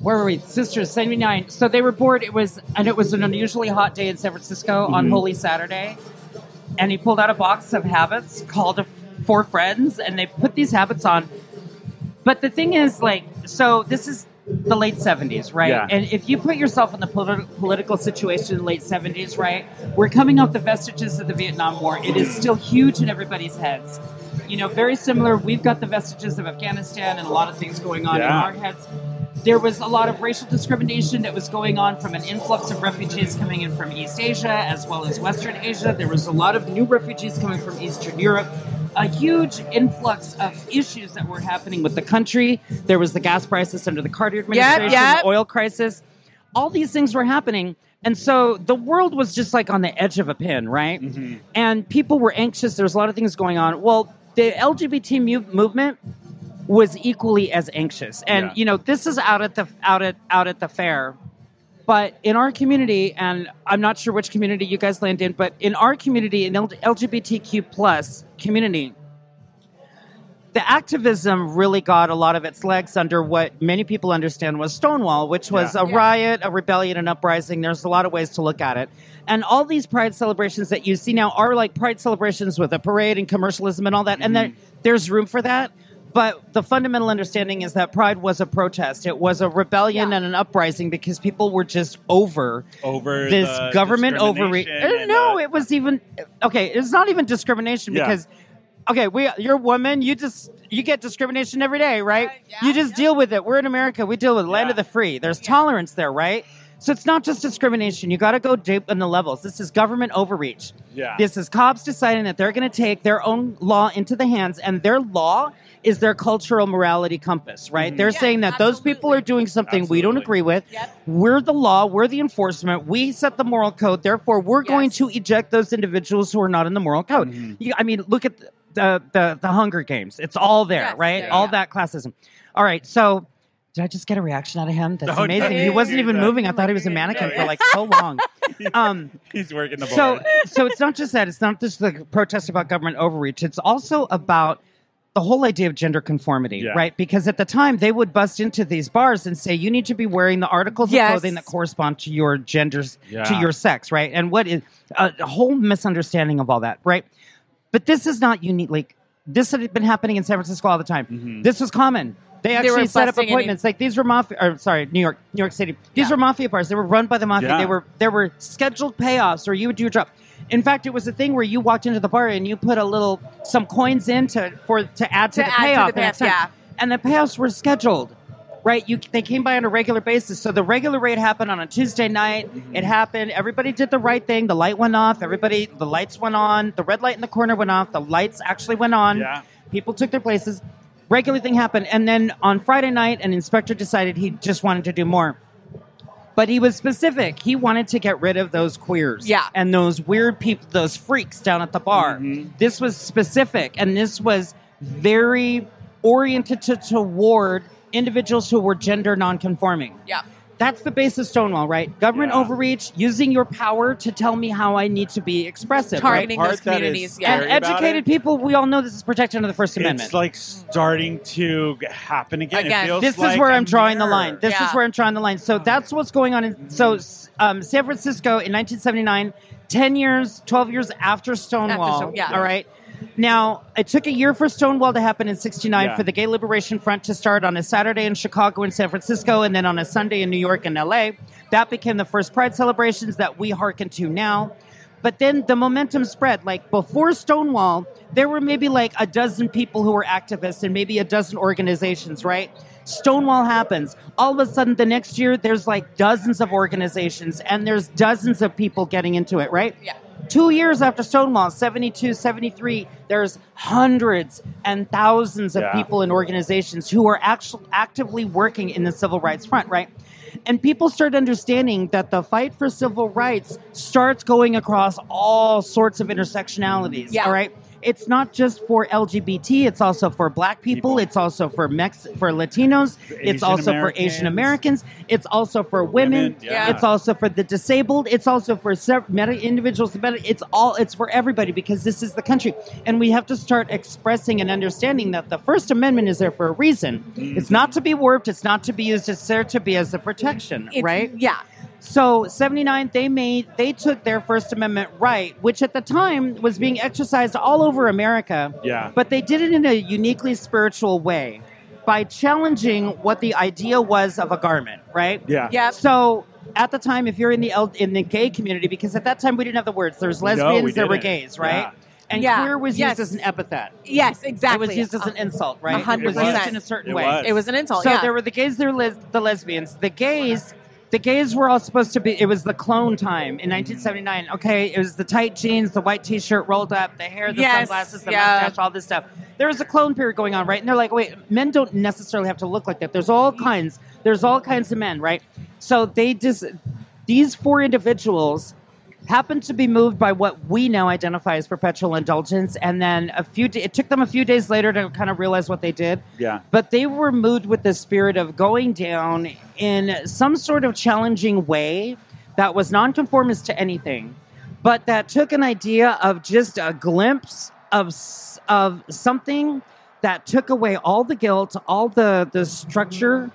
N: where were we? Sisters, seventy nine. So they were bored. It was and it was an unusually hot day in San Francisco on
B: Mhm.
N: Holy Saturday, and he pulled out a box of habits, called four friends, and they put these habits on. But the thing is, like, so this is the late seventies, right?
B: Yeah.
N: And if you put yourself in the politi- political situation in the late seventies, right, we're coming off the vestiges of the Vietnam War. It is still huge in everybody's heads. You know, very similar. We've got the vestiges of Afghanistan and a lot of things going on
B: Yeah.
N: in our heads. There was a lot of racial discrimination that was going on from an influx of refugees coming in from East Asia as well as Western Asia. There was a lot of new refugees coming from Eastern Europe. A huge influx of issues that were happening with the country. There was the gas crisis under the Carter administration,
B: yep.
N: the oil crisis. All these things were happening. And so the world was just like on the edge of a pin, right?
B: Mm-hmm.
N: And people were anxious. There was a lot of things going on. Well, the LGBT mu- movement was equally as anxious. And
B: Yeah.
N: you know, this is out at the out at out at the fair. But in our community, and I'm not sure which community you guys land in, but in our community, in L- LGBTQ plus community, the activism really got a lot of its legs under what many people understand was Stonewall, which was
B: Yeah.
N: a riot, a rebellion, an uprising. There's a lot of ways to look at it. And all these pride celebrations that you see now are like pride celebrations with a parade and commercialism and all that. And there,
B: Mm-hmm.
N: there's room for that. But the fundamental understanding is that pride was a protest. It was a rebellion and an uprising because people were just over
A: Over
N: this
A: the
N: government Uh,
A: discrimination
N: overreach.
A: and
N: No, it was even okay. It's not even discrimination
A: Yeah.
N: because okay, we you're a woman. You just you get discrimination every day, right? you just deal with it. We're in America. We deal with land of the free. There's tolerance there, right? So it's not just discrimination. You got to go deep in the levels. This is government overreach.
D: Yeah.
N: This is cops deciding that they're going to take their own law into the hands, and their law is their cultural morality compass, right?
D: Mhm.
N: They're
D: Yeah,
N: saying that those people are doing something we don't agree with. We're the law, we're the enforcement, we set the moral code, therefore, we're going to eject those individuals who are not in the moral code.
D: Mm-hmm.
N: You, I mean, look at the, the, the, Hunger Games. It's all there, right?
D: yeah,
N: all
D: yeah.
N: that classism. All right, so. Did I just get a reaction out of him? That's
D: Oh,
N: amazing.
D: no,
N: he wasn't
D: dude,
N: even
D: that-
N: moving. I thought he was a mannequin for like so long. Um,
A: He's working the
N: so,
A: board.
N: so it's not just that. It's not just the protest about government overreach. It's also about the whole idea of gender conformity, right? Because at the time they would bust into these bars and say, "You need to be wearing the articles
D: Yes.
N: of clothing that correspond to your genders, to
D: Yeah.
N: your sex, right?" And what is a a whole misunderstanding of all that, right? But this is not unique. Like this had been happening in San Francisco all the time.
D: Mm-hmm.
N: This was common. They
D: They were
N: actually set up
D: busting any-
N: appointments. Like these were mafia. Or, sorry, New York, New York City. These were mafia bars. They were run by the mafia.
D: Yeah.
N: They were there were scheduled payoffs, or you would do your job. In fact, it was a thing where you walked into the bar and you put a little some coins in to for to add to,
B: To
N: the
B: add to
N: payoff.
B: the
N: the next
B: payoff,
N: time. And the payoffs were scheduled, right? You they came by on a regular basis. So the regular rate happened on a Tuesday night. It happened. Everybody did the right thing. The light went off. Everybody the lights went on. The red light in the corner went off. The lights actually went on.
D: Yeah.
N: People took their places. Regular thing happened. And then on Friday night, an inspector decided he just wanted to do more. But he was specific. He wanted to get rid of those queers. Yeah. And those weird people, those freaks down at the bar.
B: Mm-hmm.
N: This was specific. And this was very oriented to, toward individuals who were gender nonconforming.
B: Yeah.
N: That's the base of Stonewall, right? Government overreach, using your power to tell me how I need to be expressive.
B: Targeting The
N: right?
B: part those that is communities, yeah.
N: And
B: scary about
N: educated people, we all know this is protected under the First Amendment.
A: It's like starting to happen again. It feels
N: this
A: like
N: is where
A: a
N: I'm drawing the
A: mirror. Uh-huh.
N: line. This is where I'm drawing the line. So that's what's going on. In, so um, San Francisco in 1979, 10 years, 12 years after Stonewall.
B: After Stone- yeah.
N: All right. Now, it took a year for Stonewall to happen in 69
B: Yeah.
N: for the Gay Liberation Front to start on a Saturday in Chicago and San Francisco and then on a Sunday in New York and LA. That became the first Pride celebrations that we hearken to now. But then the momentum spread. Like before Stonewall, there were maybe like a dozen people who were activists and maybe a dozen organizations, right? Stonewall happens. All of a sudden, the next year, there's like dozens of organizations and there's dozens of people getting into it, right? Yeah. Two years after Stonewall, 72, 73, there's hundreds and thousands of
D: Yeah.
N: people and organizations who are actually actively working in the civil rights front, right? And people start understanding that the fight for civil rights starts going across all sorts of intersectionalities,
D: Yeah.
N: all right? It's not just for LGBT, it's also for black people, it's also for Mex for Latinos, it's
D: Asian
N: also for Asian Americans, it's also for women,
D: women, yeah.
N: it's also for the disabled, it's also for sev- medi- individuals, with medi- it's all it's for everybody because this is the country and we have to start expressing and understanding that the first amendment is there for a reason.
B: Mm-hmm.
N: It's not to be warped, it's not to be used, it's there to be as a protection,
B: It's-
N: right?
B: Yeah.
N: So 79 they made they took their first amendment right which at the time was being exercised all over America.
A: Yeah.
N: But they did it in a uniquely spiritual way by challenging what the idea was of a garment, right?
D: Yeah. Yep.
N: So at the time if you're in the L- in the gay community because at that time we didn't have the words there was
D: No,
N: lesbians
D: we
N: there were
D: didn't.
N: gays, right?
D: Yeah.
N: And
B: Yeah.
N: queer was
B: Yes.
N: used as an epithet.
B: Yes,
N: It
B: exactly.
N: was used as an insult, right?
B: A
N: It
B: hundred
N: was used
B: percent.
N: in a certain
B: It
N: way.
B: was. It was an insult,
N: So
B: yeah.
N: there were the gays, there were les- the lesbians. The gays, the gays were all supposed to be. It was the clone time in 1979. Okay, it was the tight jeans, the white T-shirt rolled up, the hair, the
B: Yes,
N: sunglasses, the
B: yeah.
N: mustache, all this stuff. There was a clone period going on, right? And they're like, wait, men don't necessarily have to look like that. There's all kinds. There's all kinds of men, right? So they just these four individuals happened to be moved by what we now identify as perpetual indulgence and then a few da- it took them a few days later to kind of realize what they did
A: Yeah.
N: but they were moved with the spirit of going down in some sort of challenging way that was nonconformist to anything, but that took an idea of just a glimpse of s- of something that took away all the guilt, all the the structure,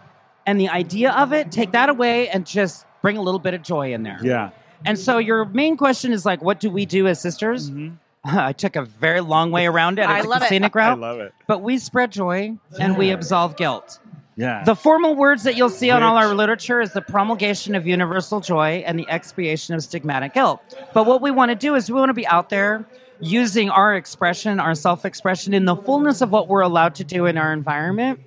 N: and the idea of it. Take that away and just bring a little bit of joy in there.
A: Yeah.
N: And so your main question is like, what do we do as sisters? I took a very long way around it. I,
D: I
N: took
D: love
N: the
D: it.
N: scenic
D: Mm-hmm. I
N: route.
D: love it.
N: But we spread joy and we
D: Yeah.
N: absolve guilt.
A: Yeah.
N: The formal words that you'll see on all
D: Which-
N: our literature is the promulgation of universal joy and the expiation of stigmatic guilt. But what we want to do is we want to be out there. using our expression, our self expression, in the fullness of what we're allowed to do in our environment,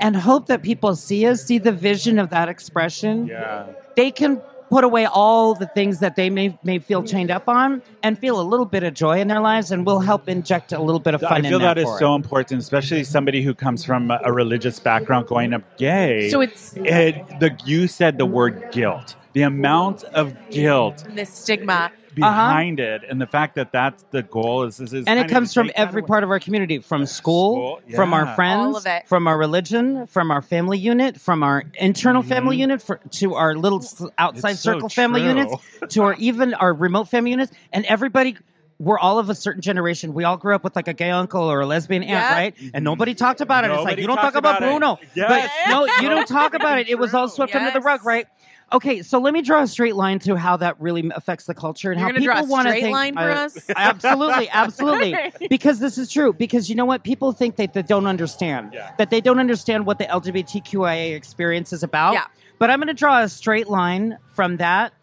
N: and hope that people see us, see the vision of that expression.
H: Yeah.
N: They can put away all the things that they may, may feel chained up on and feel a little bit of joy in their lives, and we'll help inject a little bit of fun
A: I
N: in
A: feel
N: there
A: that is
N: for
A: so
N: it.
A: important, especially somebody who comes from a a religious background going up gay.
B: So it's-
A: it, the you said the word guilt. The amount of guilt
B: This stigma.
A: behind it, and the fact that that's the goal is this is
N: Uh-huh. and
A: kind
N: it
A: of
N: comes
A: to
N: from
A: take that
N: every part of our community from school,
A: School,
N: from
A: yeah.
N: our
B: All
N: friends
B: of it.
N: from our religion from our family unit from our internal family unit for, to our little s- outside
B: Mm-hmm. It's so
N: circle family
B: true.
N: units to our even our remote family units and everybody we're all of a certain generation. We all grew up with like a gay uncle or a lesbian aunt,
B: Yeah.
N: right? And nobody talked about it. it's like
B: Nobody
N: you don't
B: talked
N: talk about,
B: about it.
N: Bruno,
B: Yes.
N: but no, you don't talk about it.
B: Fucking
N: It was all swept under the
B: Yes.
N: rug, right? Okay, so let me draw a straight line to how that really affects the culture and
B: You're
N: how
B: gonna draw
N: people
B: a
N: want to
B: straight
N: think.
B: line for
N: I-
B: us?
N: absolutely, absolutely,
B: Right.
N: because this is true. Because you know what, people think that they don't understand that they don't understand what the LGBTQIA experience is about.
B: Yeah.
N: But I'm going to draw a straight line from that.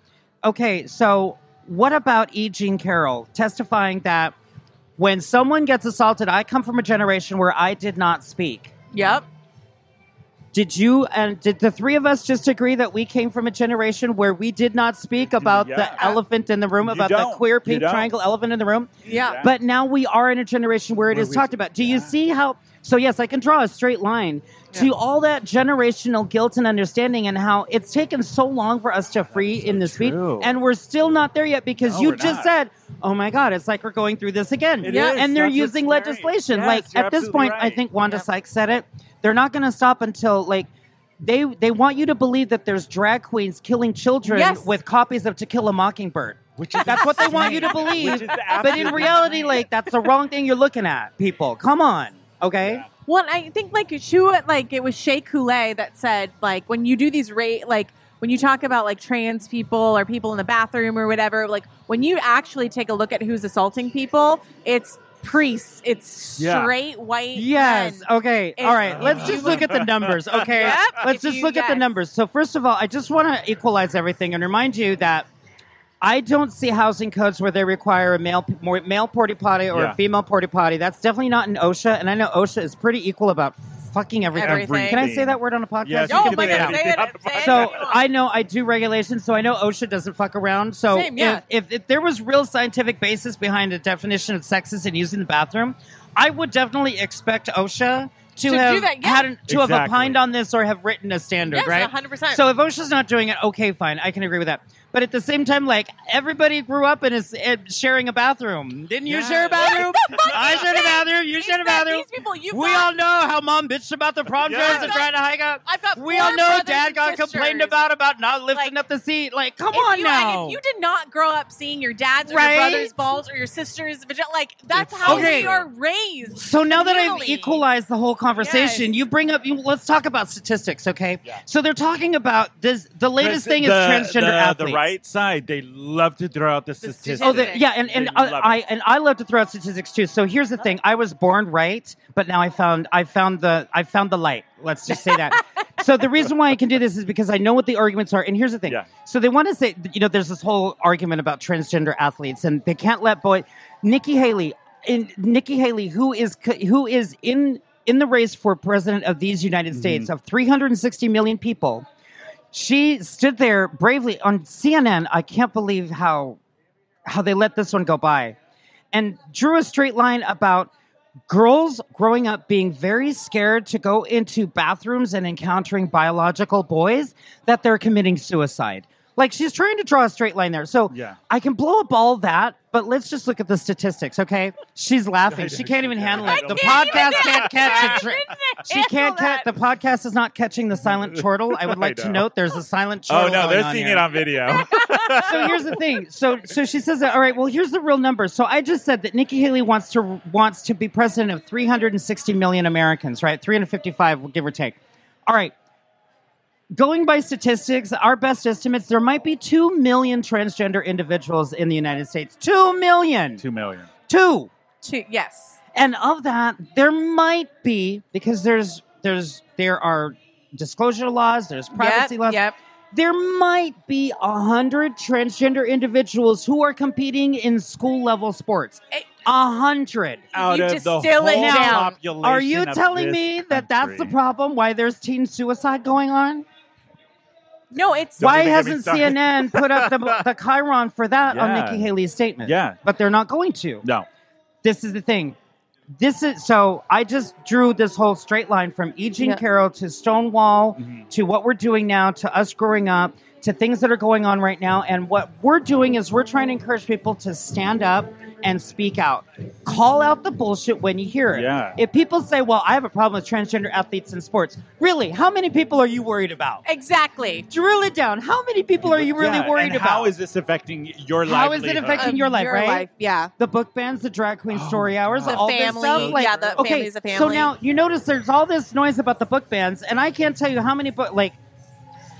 N: Okay, so what about E. Jean Carroll testifying that when someone gets assaulted, I come from a generation where I did not speak.
B: Yep.
N: Did you and did the three of us just agree that we came from a generation where we did not speak about
B: Yeah.
N: the elephant in the room,
B: You
N: about
B: don't.
N: the queer
B: You
N: pink
B: don't.
N: triangle elephant in the room?
B: Yeah. Yeah.
N: But now we are in a generation where it
B: Where
N: is
B: we-
N: talked about. Do you see how? So yes, I can draw a straight line to all that generational guilt and understanding, and how it's taken so long for us to free in this speech,
B: true.
N: and we're still not there yet because
B: No,
N: you
B: we're
N: just
B: not.
N: said, "Oh my God, it's like we're going through this again."
B: It
N: yeah,
B: is.
N: and they're
B: That's what's
N: using legislation.
B: Yes,
N: like
B: you're
N: at this
B: absolutely
N: point, I
B: right.
N: think Wanda Sykes said it. They're not going to stop until like they they want you to believe that there's drag queens killing children
B: Yes.
N: with copies of To Kill a Mockingbird. Which is that's what they want you to believe. But in
B: absolutely
N: reality, like that's the wrong thing you're looking at. People, come on, okay?
B: Well, and I think like she wa- like it was Shea Coulee that said like when you do these rate like when you talk about like trans people or people in the bathroom or whatever like when you actually take a look at who's assaulting people, it's priests, it's
N: Yeah.
B: straight white.
N: Yes.
B: men.
N: Okay.
B: If
N: All right. Let's
B: you
N: just look at the numbers. Okay.
B: Yep.
N: Let's
B: If
N: just
B: you-
N: look at the
B: yes.
N: numbers. So first of all, I just want to equalize everything and remind you that I don't see housing codes where they require a male more- male porta potty or
B: Yeah.
N: a female porta potty. That's definitely not in OSHA, and I know OSHA is pretty equal about fucking everything.
B: Everything.
N: Can I say that word on a podcast?
B: Yes,
N: You
B: you
N: can
B: can say
N: bleep
B: it.
N: out.
B: Say it. Say it.
N: So I know I do regulations, so I know OSHA doesn't fuck around. So
B: Same, yeah.
N: if, if, if there was real scientific basis behind a definition of sexist and using the bathroom, I would definitely expect OSHA to,
B: To do
N: have
B: that, yeah.
N: had an, to have
B: Exactly.
N: opined on this or have written a standard,
B: Yes,
N: right?
B: 100%.
N: So if OSHA's not doing it, okay, fine, I can agree with that. But at the same time, like everybody grew up in is uh, sharing a bathroom. Didn't you share a bathroom? I shared a bathroom. You shared a bathroom.
B: These people, you
N: we all know how mom bitched about the prom
B: Yeah.
N: dress
B: I've
N: and
B: got-
N: tried to hike up.
B: I've got
N: We
B: four
N: all know
B: brothers
N: dad
B: and
N: got complained
B: sisters.
N: about about not lifting up the seat. Like, come
B: If
N: on
B: you, like,
N: now.
B: if you did not grow up seeing your dad's or
N: Right?
B: your brother's balls or your sister's vagina, like that's how
N: Okay.
B: we are raised.
N: So now that I've
B: communally.
N: equalized the whole conversation, you bring up. You, let's talk about statistics, okay? So they're talking about this. The latest
A: Trans-
N: thing
A: the-
N: is transgender
A: the,
N: athletes.
A: The right side, they love to throw out the, statistics.
N: Oh, the, yeah, and, and
A: They love
N: I, I
A: it.
N: and I love to throw out statistics too. So here's the thing: I was born right, but now I found I found the I found the light. Let's just say that. so the reason why I can do this is because I know what the arguments are. And here's the thing: so they want to say, you know, there's this whole argument about transgender athletes, and they can't let boy Nikki Haley in Nikki Haley, who is c- who is in in the race for president of these United States of 360 million people. She stood there bravely on CNN. I can't believe how how they let this one go by and drew a straight line about girls growing up being very scared to go into bathrooms and encountering biological boys that they're committing suicide. Like she's trying to draw a straight line there. So I can blow up all that, but let's just look at the statistics, okay? She's laughing. She can't even handle it. The podcast can't catch a trick. She can't catch the podcast is not catching the silent chortle. I would
A: I
N: like to
A: know.
N: note there's a silent chortle.
A: Oh no,
N: going
A: they're
N: on
A: seeing
N: here
A: it on video.
N: so here's the thing. So so she says that. All right. Well, here's the real number. So I just said that Nikki Haley wants to wants to be president of 360 million Americans. Right. 355, give or take. All right. Going by statistics, our best estimates, there might be two million transgender individuals in the United States. Two million.
A: Two million.
N: Two.
B: Two, yes.
N: And of that, there might be because there's there's there are disclosure laws, there's privacy laws. There might be a hundred transgender individuals who are competing in school level sports. A hundred
O: Out Eh, You of the distill it whole down. population
N: Are you
O: of
N: telling
O: this
N: me that that's the
O: country.
N: problem? Why there's teen suicide going on?
B: No, it's
N: Why hasn't CNN put up the, the Chiron for that
A: Yeah.
N: on Nikki Haley's statement?
A: Yeah.
N: But they're not going to.
A: No.
N: This is the thing. This is so I just drew this whole straight line from E. Jean
B: Yeah.
N: Carroll to Stonewall
A: Mm-hmm.
N: to what we're doing now to us growing up to things that are going on right now. And what we're doing is we're trying to encourage people to stand up and speak out. Call out the bullshit when you hear it.
A: Yeah.
N: If people say, Well, I have a problem with transgender athletes in sports, really, how many people are you worried about?
B: Exactly.
N: Drill it down. How many people are you really
A: Yeah,
N: worried
A: and
N: about?
A: How is this affecting your life?
N: How is it affecting your life, right?
B: Um, yeah.
N: The book bans, the drag queen
A: Oh,
N: story hours,
B: The
N: all
B: family,
N: this stuff. Like,
B: yeah, the
N: okay,
B: family's a
N: So
B: family.
N: now you notice there's all this noise about the book bans, and I can't tell you how many book like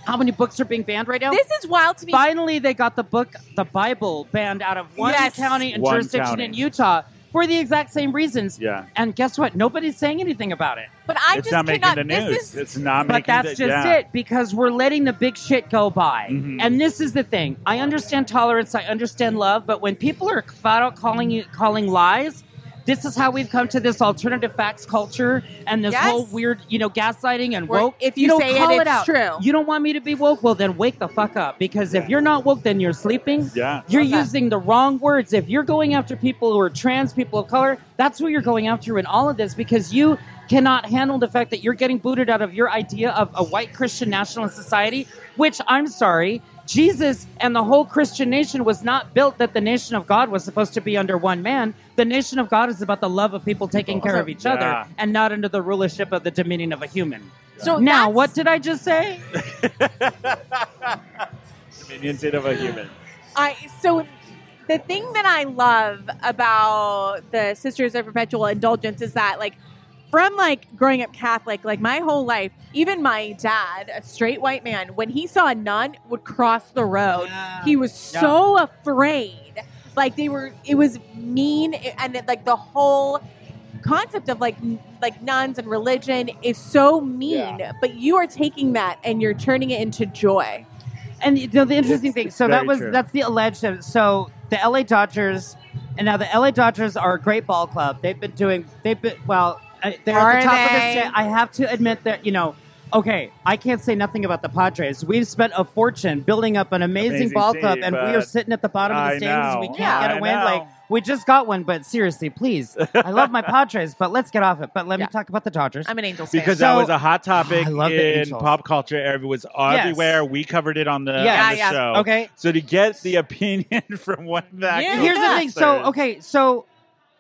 N: how many books are being banned right now.
B: This is wild to me.
N: Finally, they got the book, the Bible, banned out of one
B: Yes.
N: county and
B: One
N: jurisdiction
B: county.
N: in Utah for the exact same reasons.
A: Yeah.
N: And guess what? Nobody's saying anything about it.
B: But I
A: it's not making the news. it's not
N: But
A: making
N: that's
A: the,
N: just
A: yeah. Mm-hmm.
N: it because we're letting the big shit go by. And this is the thing. I understand tolerance, I understand love, but when people are flat out calling you calling lies, this is how we've come to this alternative facts culture and this
B: Yes.
N: whole weird, you know, gaslighting and
B: Where
N: woke.
B: if you
N: don't
B: say it,
N: call
B: it's
N: out.
B: true.
N: You don't want me to be woke? Well, then wake the fuck up because if you're not woke, then you're sleeping.
A: Yeah.
N: You're using the wrong words. If you're going after people who are trans, people of color, that's who you're going after in all of this because you cannot handle the fact that you're getting booted out of your idea of a white Christian nationalist society, which I'm sorry, Jesus and the whole Christian nation was not built that the nation of God was supposed to be under one man. The nation of God is about the love of people taking care of each
B: Yeah.
N: other and not under the rulership of the dominion of a human.
B: So
N: now, what did I just say?
A: Minions of a human.
B: I so the thing that I love about the Sisters of Perpetual Indulgence is that like from like growing up Catholic, like my whole life, even my dad, a straight white man, when he saw a nun would cross the road, he was
D: Yeah.
B: so afraid. Like they were, it was mean, and it, like the whole concept of like n- like nuns and religion is so mean. But you are taking that and you're turning it into joy.
N: And you know, the interesting thing. So that
B: very
N: was
B: true.
N: that's the alleged. So the LA Dodgers, and now the LA Dodgers are a great ball club. They've been doing. They've been well. uh, They're
B: Are
N: at the top of
B: they?
N: the state. I have to admit that you know. Okay, I can't say nothing about the Padres. We've spent a fortune building up an amazing,
O: Amazing
N: ball
O: team,
N: club, and we are
O: but
N: sitting at the bottom of
O: I
N: the standings. We
O: know,
N: can't
O: I
N: get a win.
O: know.
N: Like we just got one, but seriously, please. I love my Padres, but let's get off it. But let me talk about the Dodgers.
B: I'm an Angels
A: Because that was a hot topic
N: I love the
A: in
N: Angels.
A: pop culture. It was everywhere. We covered it on the, on
N: Yeah,
A: the
N: yeah.
A: show.
N: Okay.
A: So to get the opinion from one of the actual
N: Here's the thing. So
A: sisters-
N: okay, so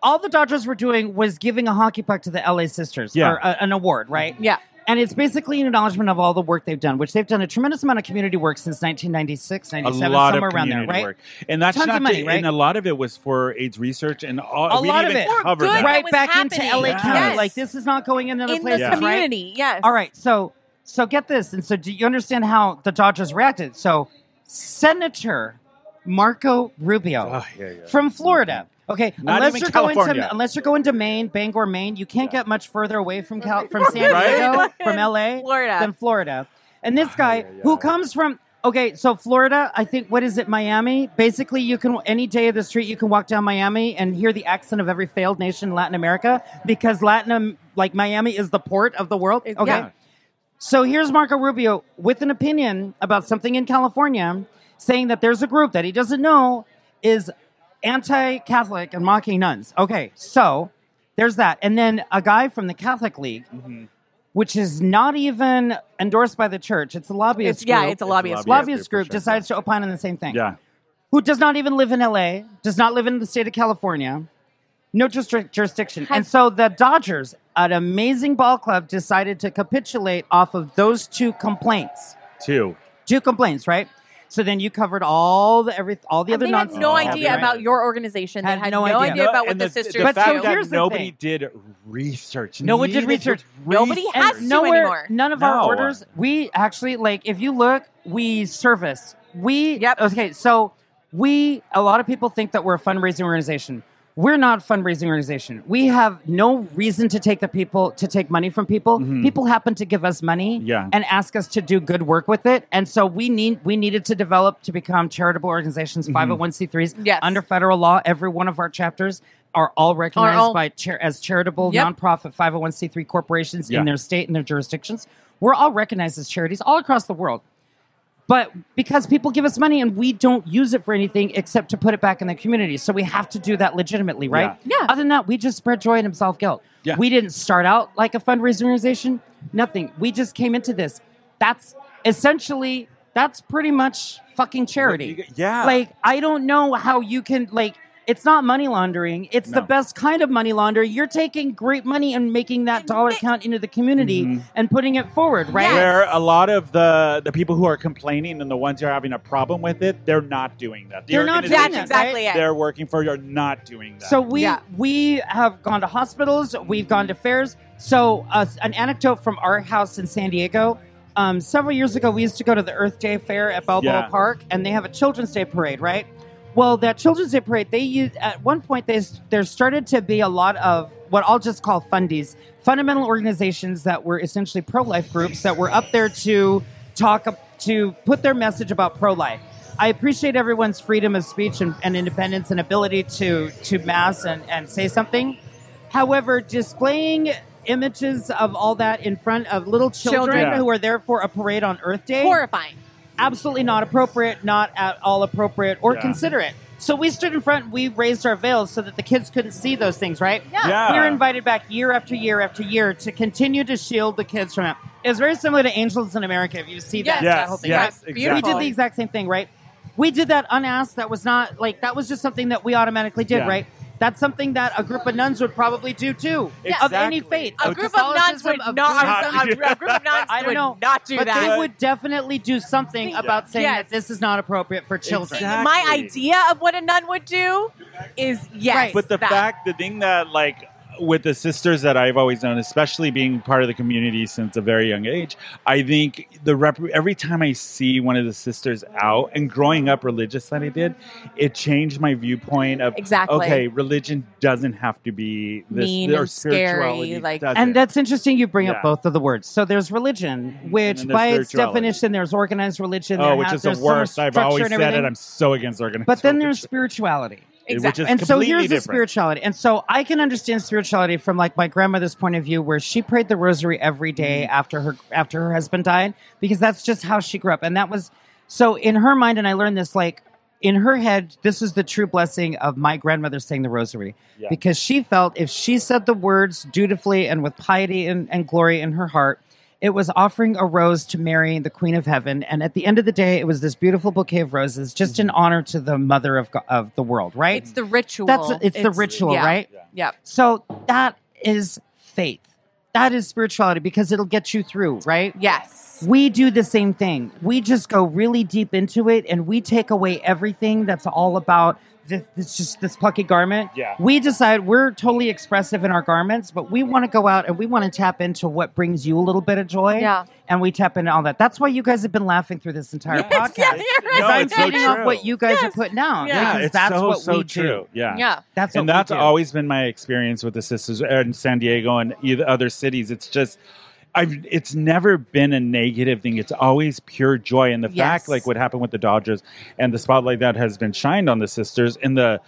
N: all the Dodgers were doing was giving a hockey puck to the LA Sisters
A: Yeah.
N: or a- an award, right?
B: Yeah.
N: And it's basically an acknowledgement of all the work they've done, which they've done a tremendous amount of community work since 1996, 97, somewhere around there,
A: community
N: right?
A: And that's
N: Tons
A: not
N: of money,
A: the-
N: right?
A: and a lot of it was for AIDS research and all,
N: a
A: we
N: lot
A: didn't
N: of
A: even
N: it
A: cover that.
N: right back into
B: happening.
N: LA
B: Yes.
N: County.
B: Yes.
N: Like this is not going in other
B: In the
N: places, right?
B: community, yes.
N: All right, so so get this, and so do you understand how the Dodgers reacted? So Senator Marco Rubio
A: Ah,
N: from Florida.
A: Mm-hmm.
N: Okay,
O: Not
N: unless
O: even
N: you're going
O: California.
N: to unless you're going to Maine, Bangor, Maine, you can't get much further away from Cal- from San Diego,
O: Right?
N: from LA,
B: Florida.
N: than Florida. And this guy who comes from okay, so Florida, I think what is it, Miami? Basically, you can any day of the street you can walk down Miami and hear the accent of every failed nation in Latin America because Latin Am- like Miami is the port of the world. Okay.
O: yeah.
N: So here's Marco Rubio with an opinion about something in California saying that there's a group that he doesn't know is anti Catholic and mocking nuns. Okay, so there's that. And then a guy from the Catholic League,
B: Mm-hmm.
N: which is not even endorsed by the church, it's a lobbyist
B: It's-
N: group.
B: yeah, it's a It's a lobbyist lobbyist group.
N: Lobbyist
B: group,
N: group
B: for sure,
N: decides to opine on the same thing.
A: Yeah.
N: Who does not even live in LA, does not live in the state of California, no jurisdic- jurisdiction. And so the Dodgers, an amazing ball club, decided to capitulate off of those two complaints.
A: Two.
N: Two complaints, right? So then you covered all the every all the
B: And
N: other
B: they
N: nonsense.
B: had no
N: that happened,
B: idea
N: right?
B: about your organization. They
N: Had
B: had no
N: no
B: idea,
N: idea.
B: about what
A: And
B: the,
A: the,
B: sisters
A: the
B: do.
A: fact that nobody did research.
N: No one did
A: Neither
N: research.
B: Nobody
A: research.
B: has to
N: nowhere,
B: anymore.
N: None of
A: No.
N: our orders. We actually like if you look, we service. We yep. Okay, so we a lot of people think that we're a fundraising organization. We're not a fundraising organization. We have no reason to take the people to take money from people.
A: Mm-hmm.
N: People happen to give us money
O: Yeah.
N: and ask us to do good work with it. And so we need we needed to
A: Mm-hmm.
N: develop to become charitable organizations, 501c3s
O: Yes.
N: under federal law every one of our chapters are all recognized
L: all-
N: by char- as charitable
L: Yep.
N: nonprofit 501c3 corporations
L: Yeah.
N: in their state and their jurisdictions. We're all recognized as charities all across the world. But because people give us money and we don't use it for anything except to put it back in the community. So we have to do that legitimately, right?
L: Yeah.
N: Other than that, we just spread joy and absolve guilt. We didn't start out like a fundraising organization, nothing. We just came into this. That's essentially, that's pretty much fucking charity.
A: Yeah.
N: Like, I don't know how you can, like, it's not money laundering. It's the
L: No.
N: best kind of money laundering. You're taking great money and making that dollar count into the community and putting it forward, right?
A: Where a lot of the the people who are complaining and the ones who are having a problem with it, they're not doing that. The
N: They're not doing
A: organizations
N: that, exactly it.
A: They're working for you are not doing that.
N: So we we have gone to hospitals, we've gone to fairs. So uh, an anecdote from our house in San Diego. Um, several years ago, we used to go to the Earth Day Fair at Balboa
L: Yeah.
N: Park, and they have a Children's Day parade, right? Well, that Children's Day parade, they used, at one point they s- there started to be a lot of what I'll just call fundies, fundamental organizations that were essentially pro life groups that were up there to talk to put their message about pro life. I appreciate everyone's freedom of speech and, and independence and ability to to mass and, and say something. However, displaying images of all that in front of little children,
L: Children. Yeah.
N: who are there for a parade on Earth Day
B: horrifying.
N: Absolutely not appropriate, not at all appropriate or
L: Yeah.
N: considerate. So we stood in front, we raised our veils so that the kids couldn't see those things, right?
L: Yeah. Yeah.
N: We were invited back year after year after year to continue to shield the kids from it. It's very similar to Angels in America if you see that,
L: Yes,
N: that whole thing.
L: yes,
N: right?
L: exactly.
N: We did the exact same thing, right? We did that unasked. That was not like that was just something that we automatically did,
L: Yeah.
N: right? That's something that a group of nuns would probably do too, of
L: Exactly.
N: any faith. Oh,
L: A group of nuns
N: Catholicism,
L: would not-
N: Buddhism.
L: a group of nuns
N: I don't
L: would
N: know,
L: not do
N: but They
L: that.
N: would definitely do something about saying
B: Yes.
N: that this is not appropriate for children.
B: My idea of what a nun would do is yes.
A: But the
B: that.
A: fact, the thing that like with the sisters that I've always known, especially being part of the community since a very young age, I think the rep- every time I see one of the sisters out and growing up religious that I did, it changed my viewpoint of
N: Exactly.
A: Okay, religion doesn't have to be this
N: Mean
A: or
N: and scary,
A: spirituality
N: like-
A: doesn't.
N: And that's interesting you bring
A: Yeah.
N: up both of the words. So there's religion, which
A: then there's
N: by its
A: spirituality.
N: definition, there's organized religion.
A: oh,
N: there
A: which
N: has-
A: is the
N: there's so much
A: worst. I've
N: structure
A: always
N: and
A: said it.
N: everything.
A: I'm so against organized.
N: But then there's spirituality.
A: Exactly. Which is
N: and so here's the
A: completely different.
N: spirituality. And so I can understand spirituality from like my grandmother's point of view, where she prayed the rosary every day after her after her husband died, because that's just how she grew up. And that was so in her mind, and I learned this like in her head, this is the true blessing of my grandmother saying the rosary.
L: Yeah.
N: Because she felt if she said the words dutifully and with piety and, and glory in her heart, it was offering a rose to Mary, the Queen of Heaven. And at the end of the day, it was this beautiful bouquet of roses, just in honor to the mother of, go- of the world, right?
B: it's the ritual.
N: That's it's, the ritual,
B: yeah.
N: right?
B: Yep.
N: So that is faith. That is spirituality because it'll get you through, right?
B: Yes.
N: We do the same thing. We just go really deep into it and we take away everything that's all about this, this just this plucky garment.
L: Yeah.
N: We decide we're totally expressive in our garments, but we want to go out and we want to tap into what brings you a little bit of joy.
L: Yeah.
N: And we tap into all that. That's why you guys have been laughing through this entire podcast.
A: No,
N: I'm
A: it's so
N: feeding off
A: true.
N: what you guys are putting out.
A: Yeah,
N: because
A: it's
N: that's
A: so,
N: what
A: so
N: we
A: true.
N: do.
A: Yeah,
N: That's
A: and
N: what we
A: that's
N: do.
A: always been my experience with the sisters in San Diego and either other cities. It's just. I've, it's never been a negative thing. It's always pure joy. And the fact,
L: Yes.
A: like what happened with the Dodgers and the spotlight that has been shined on the sisters, and the,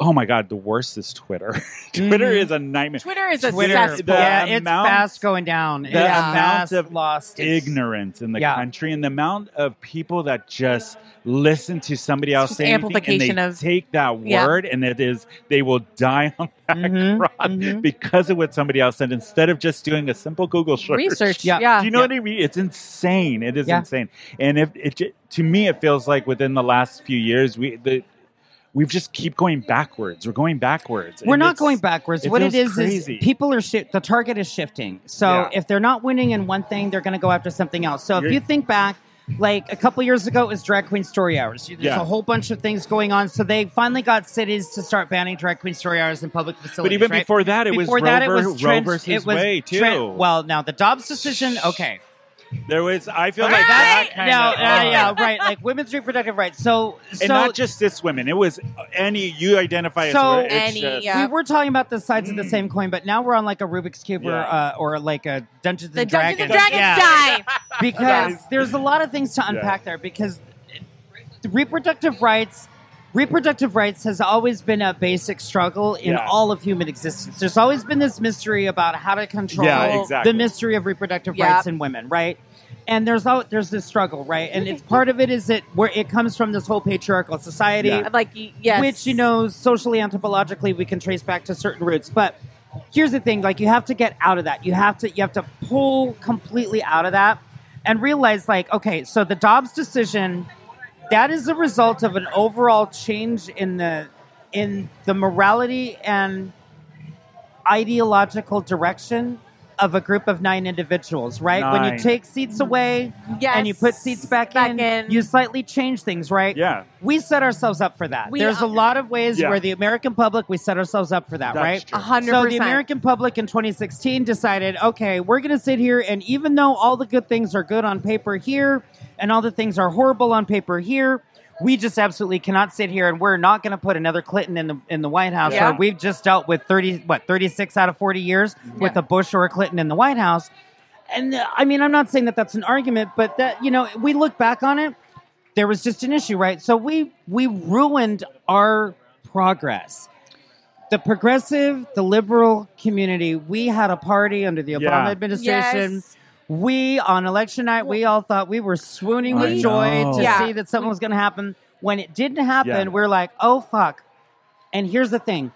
A: oh my God, the worst is Twitter. Twitter is a nightmare.
B: Twitter is a
A: Twitter,
N: cesspool.
A: the
N: Yeah, it's
A: amount-
N: fast going down.
A: the
N: It's fast
A: amount of
N: lost. It's-
A: ignorance in the
N: Yeah.
A: country and the amount of people that just listen to somebody else
L: just
A: say anything
L: amplification
A: and they
L: of-
A: take that
L: Yeah. Mm-hmm,
A: word and it is they will die on that cross because of what somebody else said instead of just doing a simple Google search.
L: Research, Yeah. yeah.
A: Do you know
L: Yeah.
A: what I mean? It's insane. It is
L: Yeah.
A: insane. And if it ju- to me it feels like within the last few years we the We've just keep going backwards. We're going backwards.
N: We're
A: and
N: not
A: it's-
N: going backwards.
A: it
N: what it
A: feels
N: is
A: crazy.
N: is people are shi- the target is shifting. So
A: Yeah.
N: if they're not winning in one thing, they're going to go after something else. So if
L: You're-
N: you think back, like a couple years ago, it was drag queen story hours. There's
L: Yeah.
N: a whole bunch of things going on. So they finally got cities to start banning drag queen story hours in public facilities.
A: even
N: right?
A: before that, it was
N: before
A: Roe
N: that it
A: ver-
N: was
A: Roe
N: Trent-
A: versus
N: it was
A: Wade,
N: Trent-
A: too.
N: well, now the Dobbs decision. Okay,
A: there was. I feel like
N: Right?
A: that kind
N: no,
A: of-
N: yeah, yeah, right. Like women's reproductive rights. So, so
A: and not just cis women. It was uh, any you identify
N: so
A: as. it's just-
N: we were talking about the sides of the same coin, but now we're on like a Rubik's cube
A: Yeah.
N: or, uh, or like a Dungeons
B: The
N: and
B: Dungeons
N: Dragons.
B: and Dragons
N: Yeah.
B: die.
N: because
B: Yes.
N: there's a lot of things to unpack there because the reproductive rights reproductive rights has always been a basic struggle in
D: Yeah.
N: all of human existence. There's always been this mystery about how to control
D: Yeah, exactly.
N: the mystery of reproductive
D: Yep.
N: rights in women, right? And there's all, there's this struggle, right? And it's part of it is that where it comes from this whole patriarchal society,
B: Yeah. Like, y- yes.
N: which you know socially anthropologically we can trace back to certain roots. But here's the thing: like you have to get out of that. You have to you have to pull completely out of that and realize, like, okay, so the Dobbs decision that is a result of an overall change in the in the morality and ideological direction of a group of nine individuals, right? When
D: Nine.
N: you take seats away and you put seats back, in, you slightly change things, right?
A: Yeah.
N: We set ourselves up for that.
D: We
N: There's
D: are-
N: a lot of ways
D: Yeah.
N: where the American public, we set ourselves up for that,
D: That's
N: right?
D: true. A hundred
N: So the
D: percent.
N: American public in 2016 decided, okay, we're going to sit here, and even though all the good things are good on paper here, and all the things are horrible on paper here, we just absolutely cannot sit here, and we're not going to put another Clinton in the in the White House.
D: Yeah.
N: Or we've just dealt with 30 what 36 out of 40 years with a Bush or a Clinton in the White House. And uh, I mean, I'm not saying that that's an argument, but that you know, we look back on it, there was just an issue, right? So we we ruined our progress. The progressive, the liberal community, we had a party under the Obama
D: Yeah.
N: administration.
D: Yes.
N: We on election night, we all thought we were swooning
D: I
N: with joy
D: know.
N: to
D: Yeah.
N: see that something was going to happen. When it didn't happen,
D: Yeah.
N: we're like, "Oh fuck!" And here's the thing: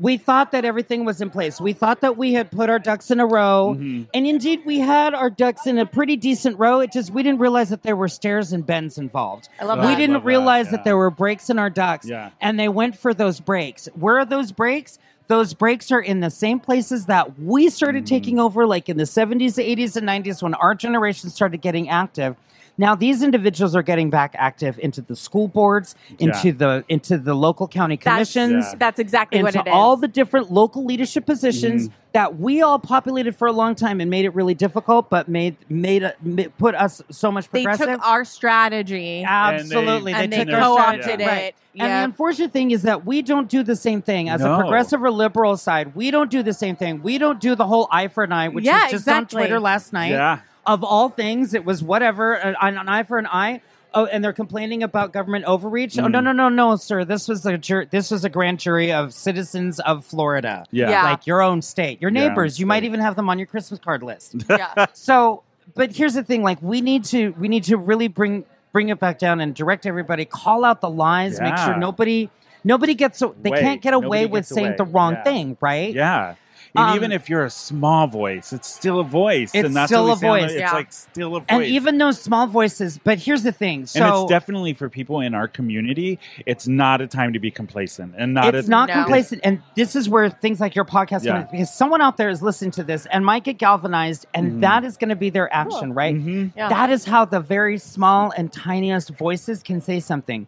N: we thought that everything was in place. We thought that we had put our ducks in a row,
D: Mm-hmm.
N: and indeed, we had our ducks in a pretty decent row. It just we didn't realize that there were stairs and bends involved.
D: I love
N: We
D: that.
N: didn't
D: Love that,
N: realize that there were breaks in our ducks, and they went for those breaks. Where are those breaks? Those breaks are in the same places that we started
D: Mm-hmm.
N: taking over, like in the 70s, 80s, and 90s, when our generation started getting active. Now these individuals are getting back active into the school boards, into
B: Yeah.
N: the into the local county
B: That's,
N: commissions
B: that's exactly what
N: into
B: it is.
N: all the different local leadership positions
B: Mhm.
N: that we all populated for a long time and made it really difficult, but made made, a, ma- put us so much
B: they
N: progressive.
B: took our strategy.
N: Absolutely,
B: And they,
N: took our
B: co-opted
N: strategy.
B: it.
N: Right. And the
B: Yep.
N: unfortunate thing is that we don't do the same thing as
D: No.
N: a progressive or liberal side. We don't do the same thing. We don't do the whole eye for an eye, which
D: Yeah,
N: was just
D: exactly.
N: on Twitter last night.
D: Yeah.
N: Of all things, it was whatever an, an eye for an eye. Oh, and they're complaining about government overreach. Oh no, no, no, no, sir! This was a jur- this was a grand jury of citizens of Florida.
D: Yeah. Yeah.
N: like your own state, your
D: Your own
N: neighbors. You might even have them on your Christmas card list. Yeah. so, but here's the thing: like, we need to we need to really bring bring it back down and direct everybody. Call out the lies. Make
D: Yeah.
N: sure nobody nobody gets so they
A: Way.
N: can't get away
A: Nobody
N: with
A: gets
N: saying
A: away.
N: the wrong
A: Yeah.
N: thing, right?
A: Yeah. And
N: Um,
A: even if you're a small voice, it's still a voice.
N: It's
A: and that's
N: still
A: what we
N: a
A: say on the-
N: voice.
A: It's
N: Yeah.
A: like still a voice.
N: And even those small voices. But here's the thing: so
A: and it's definitely for people in our community. It's not a time to be complacent, and not
N: it's
A: a,
N: not complacent and this is where things like your podcast
A: Yeah.
N: come in, because someone out there is listening to this and might get galvanized and
A: Mhm.
N: that is going to be their action right
A: Mm-hmm.
D: Yeah.
N: that is how the very small and tiniest voices can say something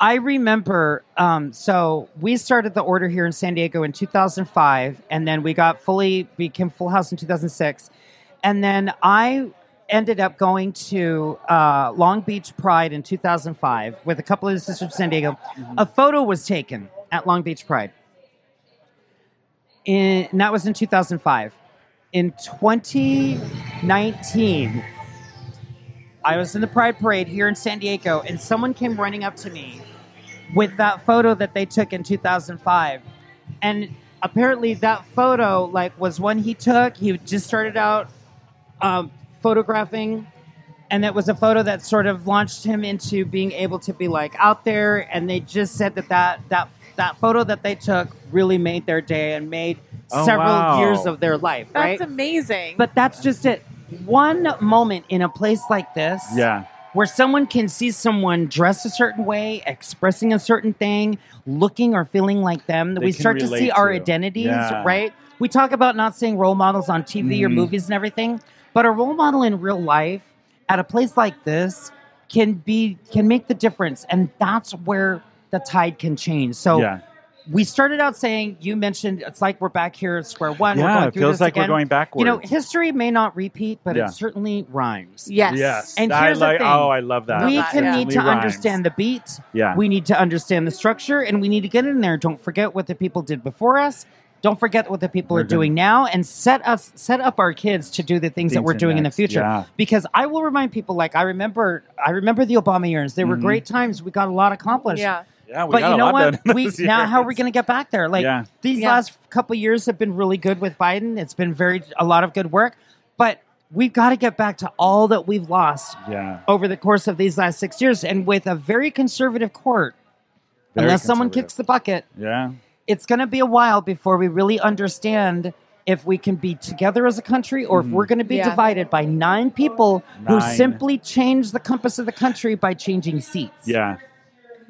N: i remember um, so we started the order here in san diego in 2005 and then we got fully became full house in 2006 and then i ended up going to uh, long beach pride in 2005 with a couple of the sisters from san diego a photo was taken at long beach pride in, and that was in 2005. In 2019, I was in the Pride Parade here in San Diego, and someone came running up to me with that photo that they took in 2005. And apparently, that photo like was one he took. He just started out um, photographing, and that was a photo that sort of launched him into being able to be like out there. And they just said that that that that photo that they took really made their day and made
B: Oh,
N: several
B: wow.
N: years of their life. right?
B: That's amazing.
N: But that's just it. One moment in a place like this,
A: Yeah.
N: where someone can see someone dressed a certain way, expressing a certain thing, looking or feeling like them, that
D: They
N: we
D: can
N: start to
D: relate
N: see our
D: to.
N: identities,
D: Yeah.
N: right? We talk about not seeing role models on TV or
D: Mhm.
N: movies and everything, but a role model in real life at a place like this can be can make the difference, and that's where the tide can change. So.
A: Yeah.
N: We started out saying you mentioned it's like we're back here at square one.
A: Yeah,
N: we're going
A: it
N: through
A: feels
N: this
A: like we're
N: again.
A: going
N: You know,
A: backwards.
N: history may not repeat, but
A: Yeah.
N: it certainly rhymes.
A: Yes. Yes.
N: And
A: I
N: here's
A: like-
N: the thing.
A: oh, I love that.
N: We
A: Love that.
N: can
A: Yeah.
N: need to
A: Certainly rhymes.
N: understand the beat.
A: Yeah.
N: We need to understand the structure, and we need to get in there. Don't forget what the people did before us. Don't forget what the people
D: We're
N: are doing now, and set us set up our kids to do the things, that
D: Things
N: we're
D: in
N: doing in the
D: next.
N: future.
D: Yeah.
N: Because I will remind people, like I remember, I remember the Obama years. They were
D: Mhm.
N: great times. We got a lot accomplished.
D: Yeah.
A: Mm-hmm. Yeah, we
N: but
A: got
N: you
A: a
N: know
A: lot
N: what?
A: done
N: we
A: this
N: now
A: year.
N: how are we going to get back there? Like
A: Yeah.
N: these
B: Yeah.
N: last couple of years have been really good with Biden. It's been very a lot of good work, but we've got to get back to all that we've lost
A: Yeah.
N: over the course of these last six years, and with a very conservative court,
A: Very
N: unless someone kicks the bucket,
A: Yeah.
N: it's going to be a while before we really understand if we can be together as a country or if we're going to be
B: Yeah.
N: divided by nine people who
A: Mm-hmm. Nine.
N: simply change the compass of the country by changing seats.
A: Yeah.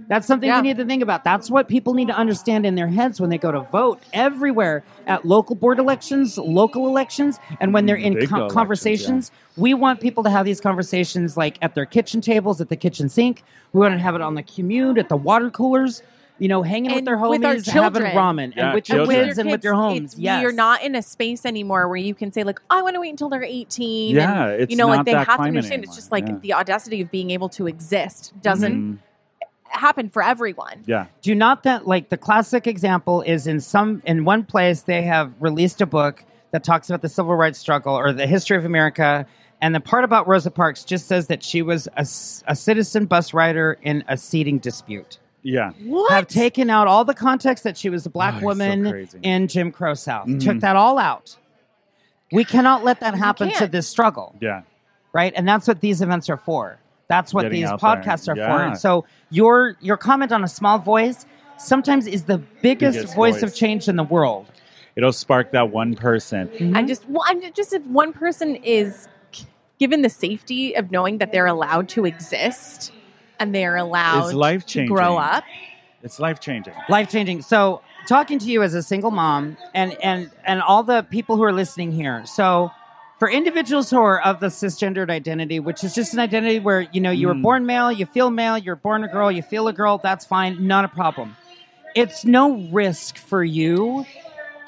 N: That's something we need to think about. That's what people need to understand in their heads when they go to vote everywhere at local board elections, local elections, and when they're in
P: Mm, Big
N: co-
P: elections,
N: conversations. We want people to have these conversations like at their kitchen tables, at the kitchen sink. We want to have it on the commute, at the water coolers, you know, hanging with
B: And
N: their homies,
B: with our
N: having
B: children.
N: ramen, and with your
B: your
N: kids and with your
B: kids,
N: homes.
B: it's-
N: Yes.
B: You're not in a space anymore where you can say, like, I want to wait until they're 18.
N: Yeah,
B: and,
N: it's
B: You know,
N: not
B: like they
N: that
B: have to
N: climate
B: understand it's just like
N: anymore, yeah.
B: the audacity of being able to exist
P: Mm-hmm.
B: doesn't
N: Mm-hmm.
B: happen for everyone.
A: Yeah.
N: Do not that like the classic example is in some in one place they have released a book that talks about the civil rights struggle or the history of America, and the part about Rosa Parks just says that she was a, c- a citizen bus rider in a seating dispute.
A: Yeah.
N: What? Have taken out all the context that she was a
A: Oh,
N: black woman in Jim Crow South.
A: Mm-hmm.
N: Took that all out. We cannot let that happen to
A: can't.
N: this struggle
A: Yeah.
N: right? And that's what these events are for. That's what
A: Getting
N: these
A: out
N: podcasts
A: there.
N: are for.
A: Yeah.
N: And so your your comment on a small voice sometimes is the biggest,
A: Biggest
N: voice, of
A: voice.
N: change in the world. Mm-hmm.
A: It'll spark that one person.
B: I just, well, I'm just if one person is given the safety of knowing that they're allowed to exist and they're allowed to
A: life-changing.
B: grow up.
A: It's life changing.
N: Life changing. So talking to you as a single mom and and and all the people who are listening here. So for individuals who are of the cisgendered identity, which is just an identity where you know you were
P: Mm.
N: born male, you feel male, you're born a girl, you feel a girl, that's fine, not a problem. It's no risk for you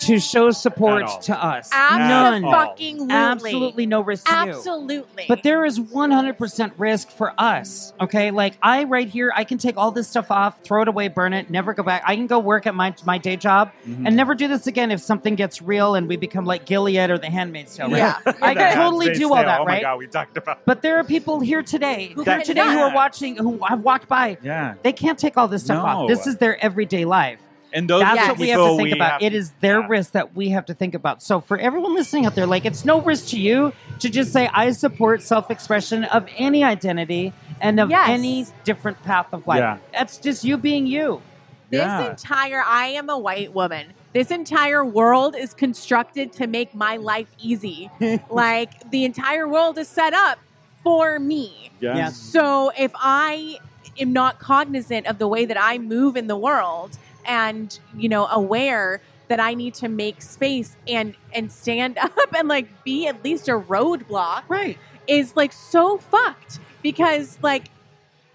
N: to show support
P: all.
N: to us. None.
B: Absolutely.
N: Absolutely no risk to you.
B: Absolutely.
N: But there is 100% risk for us. Okay. Like I, right here, I can take all this stuff off, throw it away, burn it, never go back. I can go work at my, my day job
P: Mhm.
N: and never do this again if something gets real and we become like Gilead or the Handmaid's Tale. Right?
P: Yeah.
N: I
P: Yeah.
N: can totally do all that,
A: Oh my
N: right?
A: God, we talked about
N: But there are people here today who,
A: That
N: today who
A: cannot.
N: are watching, who have walked by.
A: Yeah.
N: They can't take all this stuff
A: No.
N: off. This is their everyday life.
A: And those
N: That's
A: are
N: what we have
A: people
N: to think
A: we
N: about.
A: have
N: It
A: to-
N: is their risk that we have to think about. So for everyone listening out there, like it's no risk to you to just say I support self-expression of any identity and of
B: Yes.
N: any different path of life.
B: Yeah.
N: That's just you being you.
B: This entire I am a white woman. This entire world is constructed to make my life easy. like the entire world is set up for me.
P: Yes. Yes.
B: So if I am not cognizant of the way that I move in the world and, you know, aware that I need to make space and and stand up and like be at least a roadblock.
N: Right.
B: Is like so fucked because like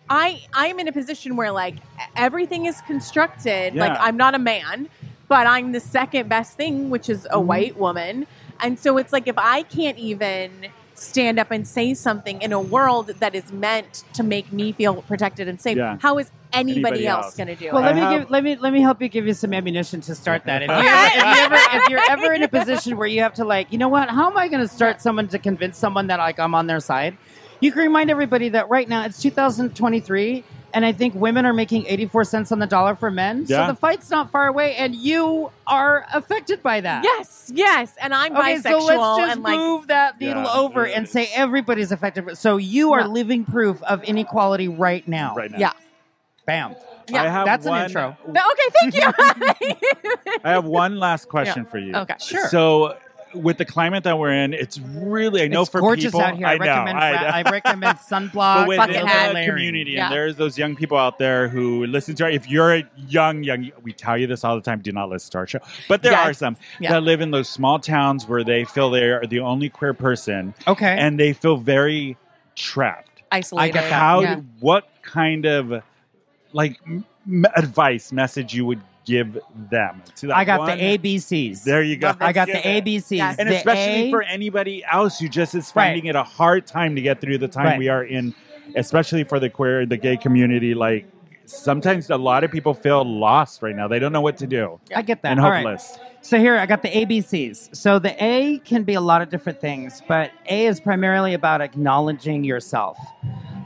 B: I I'm in a position where like everything is constructed.
P: Yeah.
B: Like I'm not a man, but I'm the second best thing, which is a
P: Mhm.
B: white woman. And so it's like if I can't even stand up and say something in a world that is meant to make me feel protected and safe,
N: Yeah.
B: how is anybody, else, going to do
N: Well,
B: it?
N: let me give, let me let me help you give you some ammunition to start that. If you're, if you're ever, if you're ever in a position where you have to like, you know what? How am I going to start someone to convince someone that like I'm on their side? You can remind everybody that right now it's 2023, and I think women are making 84 cents on the dollar for men.
B: Yeah.
N: So the fight's not far away, and you are affected by that.
B: Yes, yes, and I'm
N: Okay,
B: bisexual.
N: so let's just
B: and like,
N: move that needle
B: Yeah.
N: over and say everybody's affected. by- So you are living proof of inequality right now. Right
A: now.
B: Yeah.
N: Bam.
A: Yeah. I have
N: That's
A: one-
N: an intro.
B: No, okay, thank you.
A: I have one last question
B: Yeah.
A: for you.
B: Okay. Sure.
A: So, with the climate that we're in, it's really I know
N: it's
A: for
N: gorgeous
A: people.
N: out here. I,
A: know,
N: recommend
A: I know.
N: I recommend sunblock.
A: but within
N: fucking
A: the
N: hat.
A: community, and there's those young people out there who listen to our. If you're a young, young, we tell you this all the time: do not listen to our show. But there
N: Yes.
A: are some
N: Yeah.
A: that live in those small towns where they feel they are the only queer person.
N: Okay,
A: and they feel very trapped,
B: Isolated.
A: Like how?
B: yeah.
A: What kind of like m- advice message you would give them? To that
N: I got
A: one-
N: the ABCs.
A: There you go.
N: I got the ABCs.
A: And
N: The
A: especially
N: A-
A: for anybody else who just is finding it a hard time to get through the time
N: Right.
A: we are in, especially for the queer, the gay community, like sometimes a lot of people feel lost right now. They don't know what to do.
N: I get that.
A: And
N: All right.
A: hopeless.
N: So here I got the ABCs. So the A can be a lot of different things, but A is primarily about acknowledging yourself.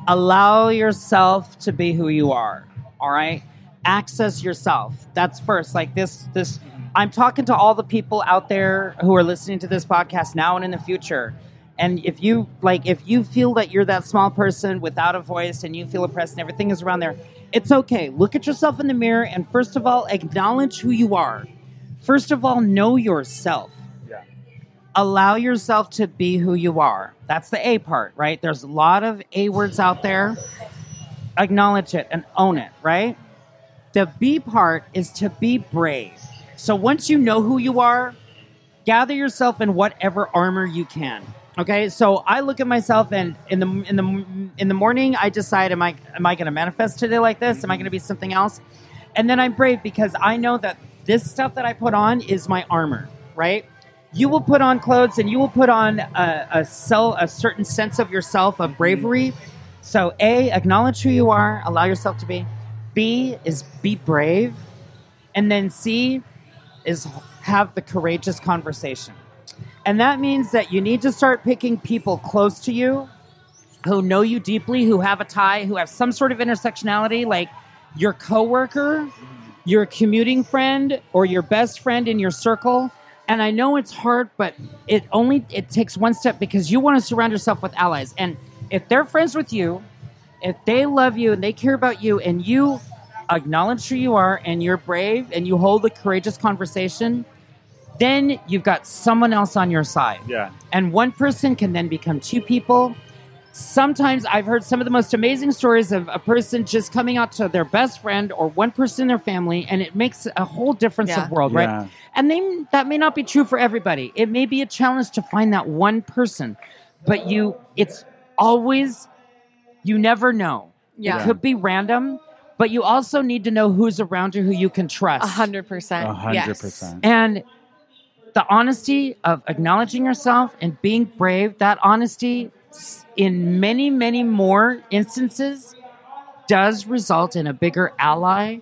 N: Allow yourself to be who you are. All right? access yourself. That's first. Like this, this. I'm talking to all the people out there who are listening to this podcast now and in the future. And if you like, if you feel that you're that small person without a voice and you feel oppressed and everything is around there, it's okay. Look at yourself in the mirror and first of all, acknowledge who you are. First of all, know yourself allow yourself to be who you are. That's the A part, right? There's a lot of A words out there. Acknowledge it and own it, right? The B part is to be brave. So once you know who you are, gather yourself in whatever armor you can. Okay? So I look at myself and in the in the in the morning I decide am I am I going to manifest today like this? Am I going to be something else? And then I'm brave because I know that this stuff that I put on is my armor, right? you will put on clothes and you will put on a, a cell a certain sense of yourself of bravery so a acknowledge who you are allow yourself to be b is be brave and then c is have the courageous conversation and that means that you need to start picking people close to you who know you deeply who have a tie who have some sort of intersectionality like your coworker your commuting friend or your best friend in your circle and I know it's hard, but it only it takes one step because you want to surround yourself with allies. And if they're friends with you, if they love you and they care about you, and you acknowledge who you are and you're brave and you hold a courageous conversation, then you've got someone else on your side.
A: Yeah.
N: And one person can then become two people. Sometimes I've heard some of the most amazing stories of a person just coming out to their best friend or one person in their family, and it makes a whole difference
L: Yeah.
N: of world,
L: Yeah.
N: right? And then that may not be true for everybody. It may be a challenge to find that one person, but you, it's always, you never know.
B: Yeah.
N: It could be random, but you also need to know who's around you who you can trust.
B: A hundred percent. Yes.
N: And the honesty of acknowledging yourself and being brave, that honesty s- in many, many more instances does result in a bigger ally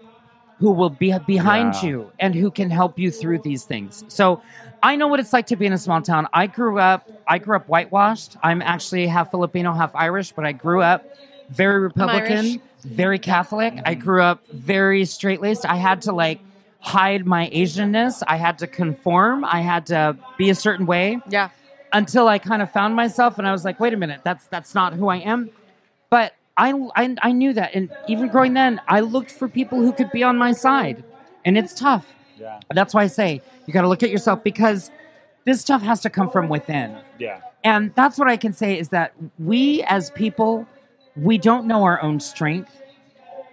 N: who will be behind
L: Yeah.
N: you and who can help you through these things. So I know what it's like to be in a small town. I grew up, I grew up whitewashed. I'm actually half Filipino, half Irish, but I grew up very
L: Irish.
N: Republican, very Catholic. I grew up very straight laced. I had to like hide my Asianness. I had to conform. I had to be a certain way.
B: Yeah.
N: Until I kind of found myself and I was like, wait a minute, that's that's not who I am. But I I, I knew that. And even growing then, I looked for people who could be on my side. And it's tough.
A: Yeah.
N: That's why I say you gotta look at yourself because this stuff has to come from within.
A: Yeah.
N: And that's what I can say is that we as people, we don't know our own strength.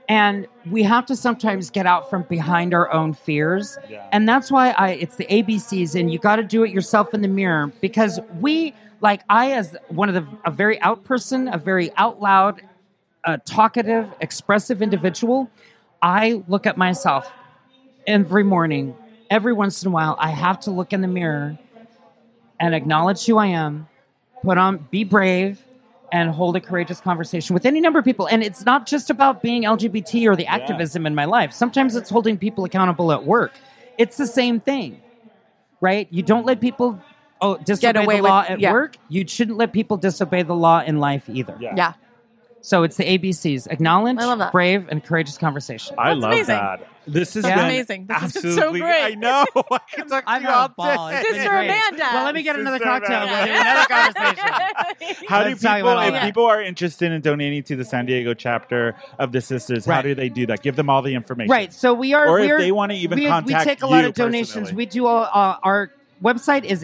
N: And we have to sometimes get out from behind our own fears. And that's why I it's the ABCs and you got to do it yourself in the mirror because we like I as one of the a very out person, a very out loud, uh, talkative, expressive individual, I look at myself every morning, every once in a while, I have to look in the mirror and acknowledge who I am, put on, be brave, and hold a courageous conversation with any number of people. And it's not just about being LGBT or the activism in my life. Sometimes it's holding people accountable at work. It's the same thing, right? You don't let people oh, disobey
B: away
N: the
B: with-
N: law at
B: yeah.
N: work. You shouldn't let people disobey the law in life either.
B: Yeah.
N: So it's the ABCs: acknowledge,
B: I love that.
N: brave, and courageous conversation.
A: I love that. This is
N: Yeah.
A: been
N: Amazing. This has been so
A: absolutely-
N: great.
A: Oh, I know. I could talk to
N: I'm
A: you
N: on
A: all
N: a ball.
A: day.
N: It's been great. Well, let me get another
A: Sister
N: cocktail. We'll
A: Amanda.
N: do another conversation.
A: How
N: Let's
A: do
N: talk
A: people,
N: about all
A: if
N: that.
A: people are interested in donating to the San Diego chapter of the Sisters, how
N: Right.
A: do they do that? Give them all the information.
N: Right. So we are.
A: Or
N: we
A: if
N: are,
A: they want to even
N: we,
A: contact
N: We take a lot
A: you
N: of donations.
A: personally.
N: We do all. Uh, our website is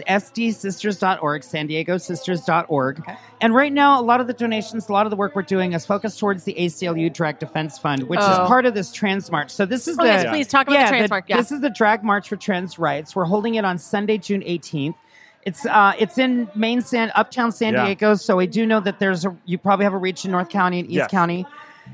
N: sdsisters.org, San Diego Sisters.org. And right now, a lot of the donations, a lot of the work we're doing is focused towards the ACLU Drag Defense Fund, which
B: Oh.
N: is part of this trans march. So this is
B: Oh,
N: the.
B: yes, please talk about the trans march, yeah.
N: This is the Drag March for Trans Rights. We're holding it on Sunday, June 18th. It's uh, it's in main San uptown San
L: Yeah.
N: Diego, so we do know that there's a you probably have a reach in North County and East
L: Yes.
N: County.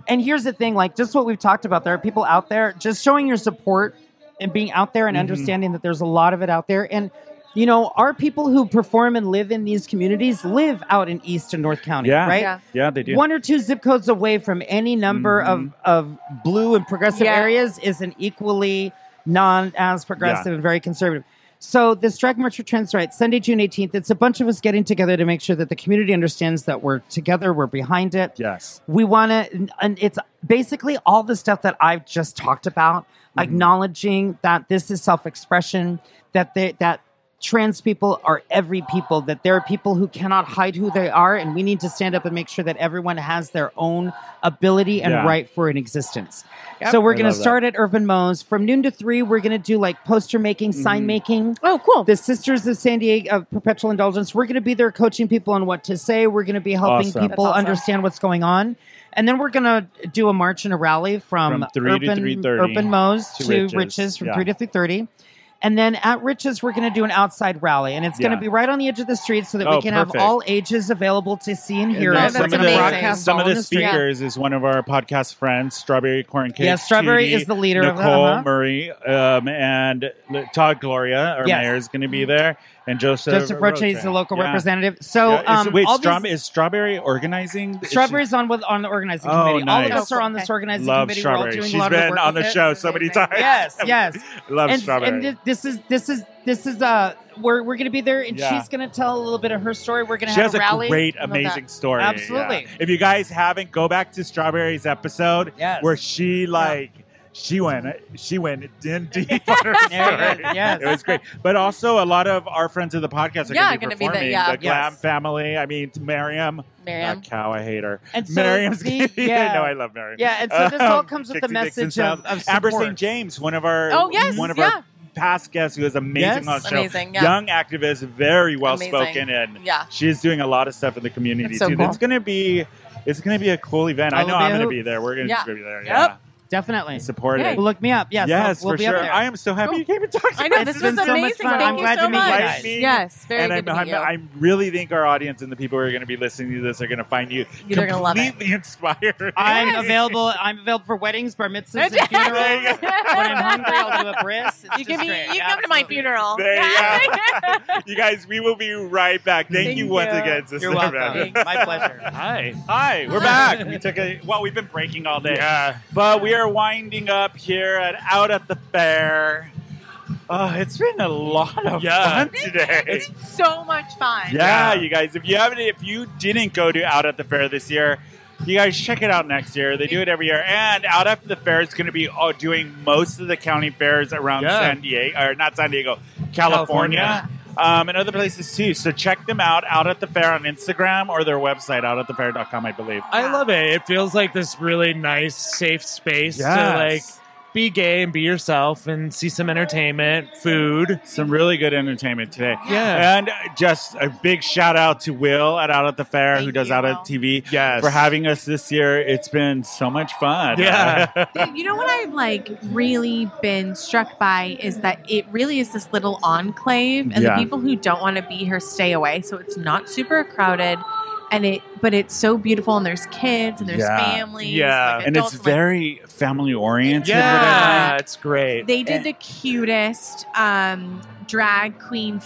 N: And here's the thing, like just what we've talked about, there are people out there just showing your support and being out there and
A: Mm-hmm.
L: Mhm.
N: understanding that there's a lot of it out there. And you know, our people who perform and live in these communities live out in East and North County,
A: Yeah.
N: right?
A: Yeah. Yeah, they do. Mm-hmm.
N: One or two zip codes away from any number of, of blue and progressive
L: Yeah.
N: areas is an equally non as progressive
L: Yeah.
N: and very conservative. So this drag march for trans rights, Sunday, June 18th, it's a bunch of us getting together to make sure that the community understands that we're together, we're behind it.
A: Yes.
N: We want to, and it's basically all the stuff that I've just talked about, acknowledging that this is self-expression, that they, that trans people are every people, that there are people who cannot hide who they are, and we need to stand up and make sure that everyone has their own ability and
P: Yeah.
N: right for an existence.
P: Yep.
N: So we're
P: I
N: going to
P: love that.
N: start at Urban Moe's from noon to three. We're going to do like poster making, sign
P: Mhm.
N: making. Oh, cool! The Sisters of San Diego of Perpetual Indulgence. We're going to be there coaching people on what to say. We're going to be helping
P: Awesome.
N: people
P: That's awesome.
N: understand what's going on. And then we're going to do a march and a rally from,
P: From 3 to
N: Urban,
P: 3:30
N: Urban Moe's
P: to
N: to,
P: Riches.
N: Riches. from
P: Yeah.
N: three to three thirty. And then at Riches, we're going to do an outside rally, and it's going
P: Yeah.
N: to be right on the edge of the street, so that
A: Oh,
N: we can
A: perfect.
N: have all ages available to see and
A: And
N: hear us.
A: then
N: It's
A: some of
N: gonna
A: the,
N: broadcast
A: some
N: all
A: of
N: on
A: the
N: street.
A: speakers is one of our podcast friends, Strawberry Corn Cake.
N: Yeah, Strawberry is the leader of
A: Nicole
N: it, uh-huh.
A: Murray um, and Todd Gloria, our
N: Yes.
A: mayor, is going to be there, and Joseph
N: Joseph Roche is the local
A: Yeah.
N: representative. So,
A: Yeah, is-
N: um,
A: wait,
N: all these-
A: Straw- is Strawberry organizing? Is she-
N: Strawberry's on with on the organizing
A: Oh,
N: committee. All
A: nice.
N: of us are on this organizing
A: Love
N: committee. We're all
A: Strawberry.
N: doing
A: She's
N: a lot of
A: been
N: work
A: on the
N: with it.
A: show so many times.
N: Yes, yes.
A: Love
N: and,
A: Strawberry.
N: And thi- this is this is this is uh we're we're gonna be there, and
A: Yeah.
N: she's gonna tell a little bit of her story. We're gonna
A: she
N: have
A: has
N: a
A: a
N: rally.
A: great,
N: I love that.
A: amazing story. yeah.
N: Absolutely.
A: If you guys haven't, go back to Strawberry's episode
N: Yes.
A: where she like she went she went in deep on her story.
N: Yeah, yes.
A: It was great. But also a lot of our friends of the podcast are
B: Yeah,
A: going
B: gonna
A: to be
B: be there,
A: performing.
B: yeah.
A: The Glam
B: Yes.
A: family. I mean Miriam.
B: Miriam.
A: That cow, I hate her.
B: And so
A: Miriam's
B: the-
A: gonna be
B: yeah.
A: I know I love Miriam.
B: Yeah, and so this all
N: comes with
A: Dixie
N: the message
A: Dixon
N: of-
A: stuff.
N: of
A: Amber
N: support.
A: St. James, one of our
B: Oh, yes,
A: one of
B: yeah.
A: our past guests who is amazing
B: Yes.
A: on the show.
B: Amazing, yeah.
A: Young activist, very well spoken
B: Amazing.
A: and
B: Yeah.
A: she's doing a lot of stuff in the community
B: That's so
A: too.
B: cool.
A: It's gonna be it's gonna be a cool event. I
N: It'll
A: know
N: be
A: I'm
N: a
A: gonna
N: hoot.
A: be there. We're gonna
N: Yeah.
A: be there.
N: Yep.
A: Yeah.
N: Definitely.
A: Support it.
N: Well, Look me up. Yes,
A: Yes,
N: we'll
A: for
N: be
A: sure.
N: up there.
A: I am so happy you came and talked.
B: I know this was
N: so much
B: amazing.
N: fun.
B: Thank
N: I'm
B: you
N: glad
B: so
N: to meet you
B: much.
N: guys.
B: Yes, very
A: and
B: good
A: I'm,
B: to meet
A: I'm,
B: you.
A: I really think our audience and the people who are going to be listening to this are going to find you
B: They're gonna love it.
A: completely inspired.
N: I'm available. I'm available for weddings, bar mitzvahs, and funerals. when I'm hungry, I'll do a bris.
B: You give me. You come to my funeral.
A: There you go. you guys, we will be right back. Thank,
B: Thank
A: you once
B: you.
A: again, Sister
B: You're welcome.
A: Amanda.
N: My pleasure.
A: Hi. Hi. We're back. We took a well, we've been breaking all day.
H: Yeah.
A: But we are winding up here at Out at the Fair. Oh, it's been a lot of
H: Yeah.
A: fun today.
B: It's so much fun.
A: Yeah, you guys. If you haven't, if you didn't go to Out at the Fair this year, you guys check it out next year. They do it every year, and Out at the Fair is going to be uh, doing most of the county fairs around
H: Yeah.
A: San Diego, or not San Diego, California,
H: California.
A: Um, and other places too. So check them out. Out at the Fair on Instagram or their website, outatthefair.com, I believe.
E: I love it. It feels like this really nice, safe space to like
A: Yes.
E: be gay and be yourself and see some entertainment, food.
A: Some really good entertainment today.
E: Yeah.
A: And just a big shout out to Will at Out at the Fair, who does Out at TV, yes. for having us this year. It's been so much fun. Uh,
E: Yeah.
B: you know what I've like really been struck by is that it really is this little enclave, and
A: Yeah.
B: the people who don't want to be here stay away. So it's not super crowded, and it but it's so beautiful, and there's kids and there's families. like,
A: and it's
B: adults, like,
A: very family oriented.
B: Yeah,
E: it's great.
B: They
N: Eh.
B: did the cutest um, drag queen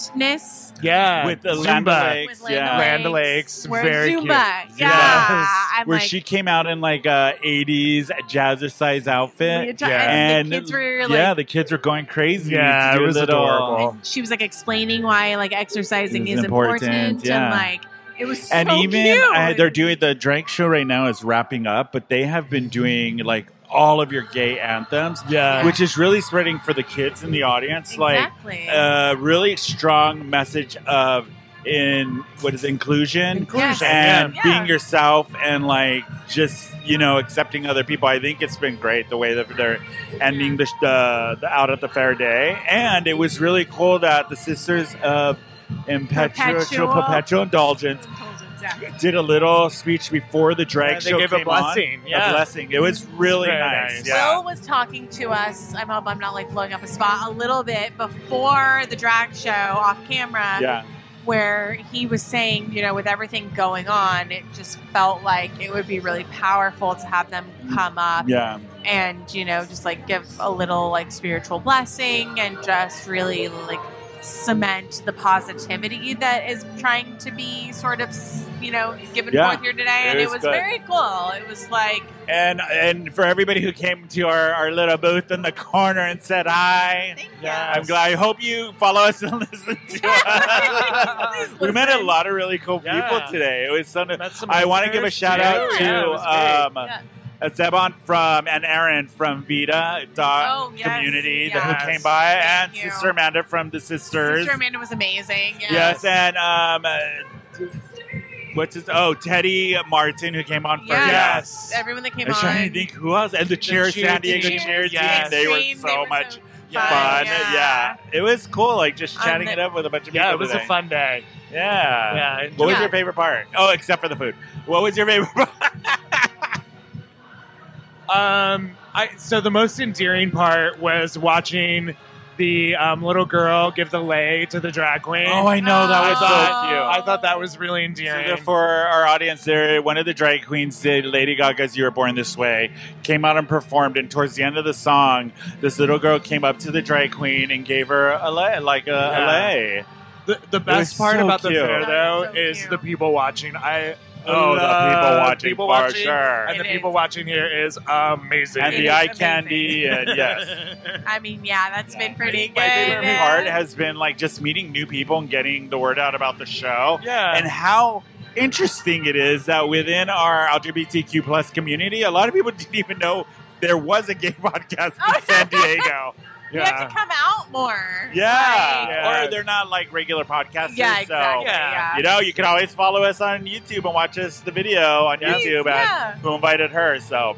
B: fitness.
E: Yeah,
A: with the
E: Zumba.
A: Land O'Lakes,
B: With
A: yeah,
E: Land O'Lakes,
B: Where
E: very
B: Zumba,
E: cute.
B: yeah. Ah, I'm
A: where
B: like,
A: she came out in like uh, a '80s jazzercise outfit,
B: Yeah. and the kids were, like-
A: yeah, the kids were going crazy.
E: Yeah,
A: to do
E: it was
A: a little-
E: adorable.
B: she was like explaining why like exercising
A: Is
B: is important,
A: important, yeah.
B: and like it was
A: and
B: so
A: even
B: cute.
A: uh, they're doing the drag show right now is wrapping up, but they have been doing like all of your gay anthems,
E: yeah,
A: which is really spreading for the kids in the audience,
B: Exactly.
A: like a really strong message of in what is it, inclusion,
B: Inclusion,
A: and
B: yeah.
A: being yourself, and like just you know accepting other people. I think it's been great the way that they're ending the, the, the out at the fair day, and it was really cool that the sisters of Impetual,
H: Perpetual.
A: perpetual indulgence did a little speech before the drag
H: Yeah, they
A: show
H: gave a
A: came on.
H: blessing,
A: A
H: yeah.
A: blessing. It was really
H: Very
A: nice.
H: nice.
A: Yeah.
B: Will was talking to us. I hope I'm not like blowing up a spot a little bit before the drag show off camera.
A: Yeah.
B: Where he was saying, you know, with everything going on, it just felt like it would be really powerful to have them come up
A: Yeah.
B: and, you know, just like give a little like spiritual blessing and just really like cement the positivity that is trying to be sort of s- you know, given
A: Yeah.
B: forth here today, and
A: It
B: it
A: was
B: was
A: good.
B: very cool. It was like
A: And and for everybody who came to our, our little booth in the corner and said hi, I'm glad. I hope you follow us and listen to us. we met a lot of really cool people today. It was some. I want to give a
Q: listeners,
A: shout out
Q: too.
A: to
Q: Yeah, it was
A: um,
Q: great. Yeah.
A: uh, Zebon from and Aaron from Vita dot
B: Oh, yes,
A: community
B: yes.
A: that who came by, and
B: you.
A: Sister Amanda from the Sisters.
B: Sister Amanda was amazing. Yes.
A: Yes, and um, uh, what's his? Oh, Teddy Martin who came on first.
B: Yes. Everyone that came
A: I was trying
B: on.
A: to think who else. And the cheer,
B: cheer
A: San Diego
B: team.
A: cheer team.
B: Yes.
A: They were
B: Extreme,
A: so
B: they were
A: much fun.
B: fun,
A: Yeah.
B: yeah.
A: it was cool. Like just
B: Um,
A: chatting
B: the-
A: it up with a bunch of people.
B: Yeah, it was a
A: today.
B: fun
A: day. Yeah.
B: Yeah, I
A: What
B: enjoyed
A: was
B: it.
A: your favorite part? Oh, except for the food. What was your favorite part?
E: Um, I so the most endearing part was watching the um, little girl give the lay to the drag queen.
A: Oh, I know, that was so
E: thought-
A: cute.
E: I thought that was really endearing.
A: For our audience, there, one of the drag queens did Lady Gaga's "You Were Born This Way," came out and performed. And towards the end of the song, this little girl came up to the drag queen and gave her a lay, like a,
E: Yeah.
A: a lay.
E: The, the best part about the fair, though, is the people watching. I
A: Oh, the people
E: love
A: watching,
E: people
A: for
E: watching,
A: sure.
E: and the people watching here is amazing.
A: And the eye candy, and yes.
B: I mean, yeah, that's been pretty good.
A: My favorite part has been like just meeting new people and getting the word out about the show.
B: Yeah.
A: And how interesting it is that within our LGBTQ plus community, a lot of people didn't even know there was a gay podcast in San Diego.
B: You have to come out more.
A: Yeah.
B: Like-
A: or they're not like regular podcasters.
B: Yeah,
A: so,
B: exactly, yeah.
A: you know, you can always follow us on YouTube and watch us the video on
B: Please,
A: YouTube
B: yeah.
A: at Who Invited Her. So,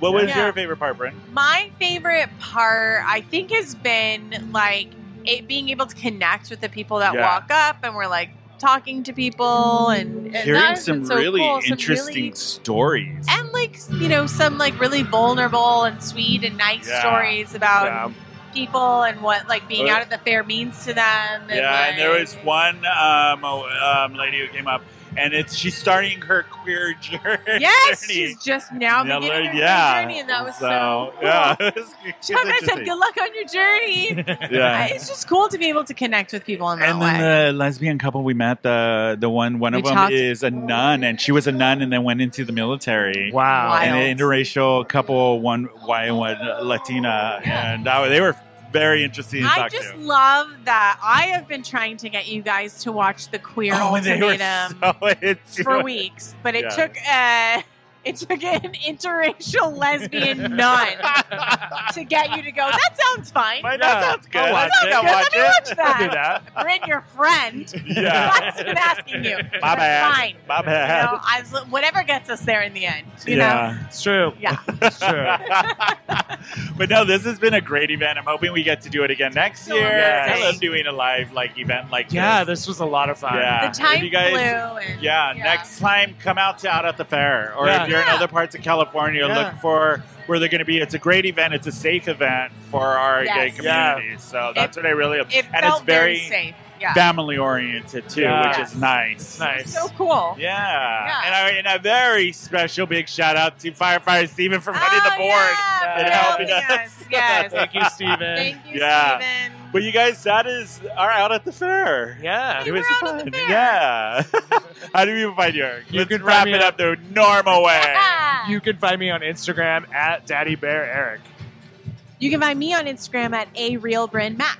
A: what was
B: Yeah.
A: your favorite part, Bryn?
B: My favorite part, I think, has been like it being able to connect with the people that
A: Yeah.
B: walk up and we're like talking to people and, and that
A: Hearing
B: has
A: some
B: been so
A: really
B: cool, some
A: interesting
B: really-
A: stories.
B: and like you know some like really vulnerable and sweet and nice
A: Yeah.
B: stories about
A: Yeah.
B: people and what like being
A: Uh,
B: out at the fair means to them. And,
A: yeah,
B: like,
A: and there was one um, oh, um, lady who came up, and it's she's starting her queer journey.
B: yes, she's just now
A: Yeah,
B: beginning her
A: yeah.
B: journey, and that was
A: So,
B: so, cool.
A: yeah, it was- it was
B: So I said,
A: interesting.
B: "Good luck on your journey."
A: Yeah.
B: it's just cool to be able to connect with people in that
A: And
B: way.
A: then the lesbian couple we met, the the one one
B: We
A: of them
B: talked-
A: is a nun, and she was a nun and then went into the military.
E: Wow!
A: And
E: Wild.
A: an interracial couple, one white, one Latina, and that, was- they were very interesting to
B: I
A: talk
B: just
A: to.
B: love that I have been trying to get you guys to watch the Queer
A: Oh, and they were
B: Ultimatum
A: so into
B: for
A: it.
B: weeks, but it
A: Yeah.
B: took uh, it took an interracial lesbian nun to get you to go. That sounds fine.
A: that sounds good. I'll watch it.
B: That sounds good.
A: I'll watch
B: Let me
A: it.
B: watch that.
A: I'll do that.
B: Bryn, your friend.
A: Yeah.
B: That's what I'm asking you.
A: My
B: But
A: bad.
B: Fine.
A: My
B: You
A: bad.
B: know, I, whatever gets us there in the end. You know.
E: it's true.
B: Yeah.
A: It's true. but no, this has been a great event. I'm hoping we get to do it again next year.
E: amazing.
A: I love doing a live like event like
E: Yeah,
A: this.
E: this was a lot of fun.
A: Yeah.
B: The time
A: If you guys-
B: flew and-
A: yeah, next time come out to Out at the Fair, or
E: Yeah.
A: if you're in
E: Yeah.
A: other parts of California,
E: Yeah.
A: look for where they're going to be. It's a great event. It's a safe event for our gay
B: Yes.
A: community. So that's what I really
B: It
A: and
B: felt
A: it's very,
B: safe. Yeah.
A: family oriented too,
B: Yeah.
A: which is nice. Nice.
B: So cool.
A: Yeah. And, I, and a very special big shout out to firefighter Steven for
B: Ah,
A: running the board and helping us.
B: Oh, Yes.
E: Thank you, Steven. Thank
B: you,
A: yeah. But you guys, that is our out at the fair. Yeah, it was fun. Yeah. How do people find you? Eric? Let's wrap it up the normal way.
E: you can find me on Instagram at Daddy Bear Eric.
B: You can find me on Instagram at a real Bryn Mac.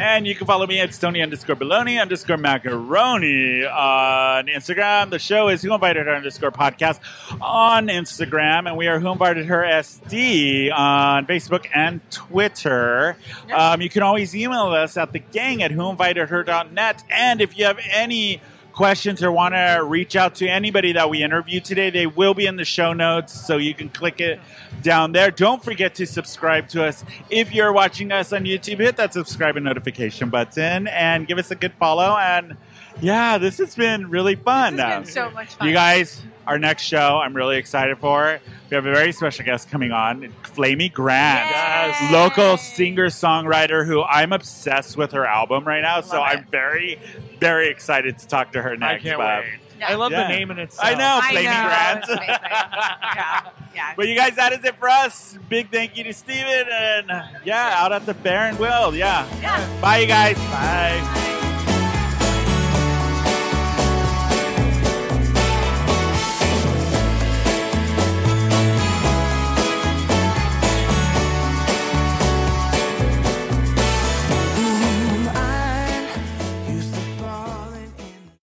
A: And you can follow me at Stony underscore baloney underscore macaroni on Instagram. The show is Who Invited Her underscore podcast on Instagram. And we are Who Invited Her SD on Facebook and Twitter. Um, you can always email us at the gang at whoinvitedher.net. And if you have any questions or want to reach out to anybody that we interviewed today, they will be in the show notes, so you can click it down there. Don't forget to subscribe to us. If you're watching us on YouTube, hit that subscribe and notification button and give us a good follow. And yeah, this has been really fun. Um,
B: This has been so much fun.
A: You guys, our next show, I'm really excited for. We have a very special guest coming on, Flamey Grant, local singer songwriter who I'm obsessed with her album right now. so I'm very, very excited to talk to her next.
E: can't
A: but-
E: wait. I love the name in itself.
A: I know,
E: I
A: Flamey
E: know,
A: Grant.
E: it's amazing.
A: But you guys, that is it for us. Big thank you to Steven and yeah, out at the Baron Will. Yeah. Bye, you guys. Bye.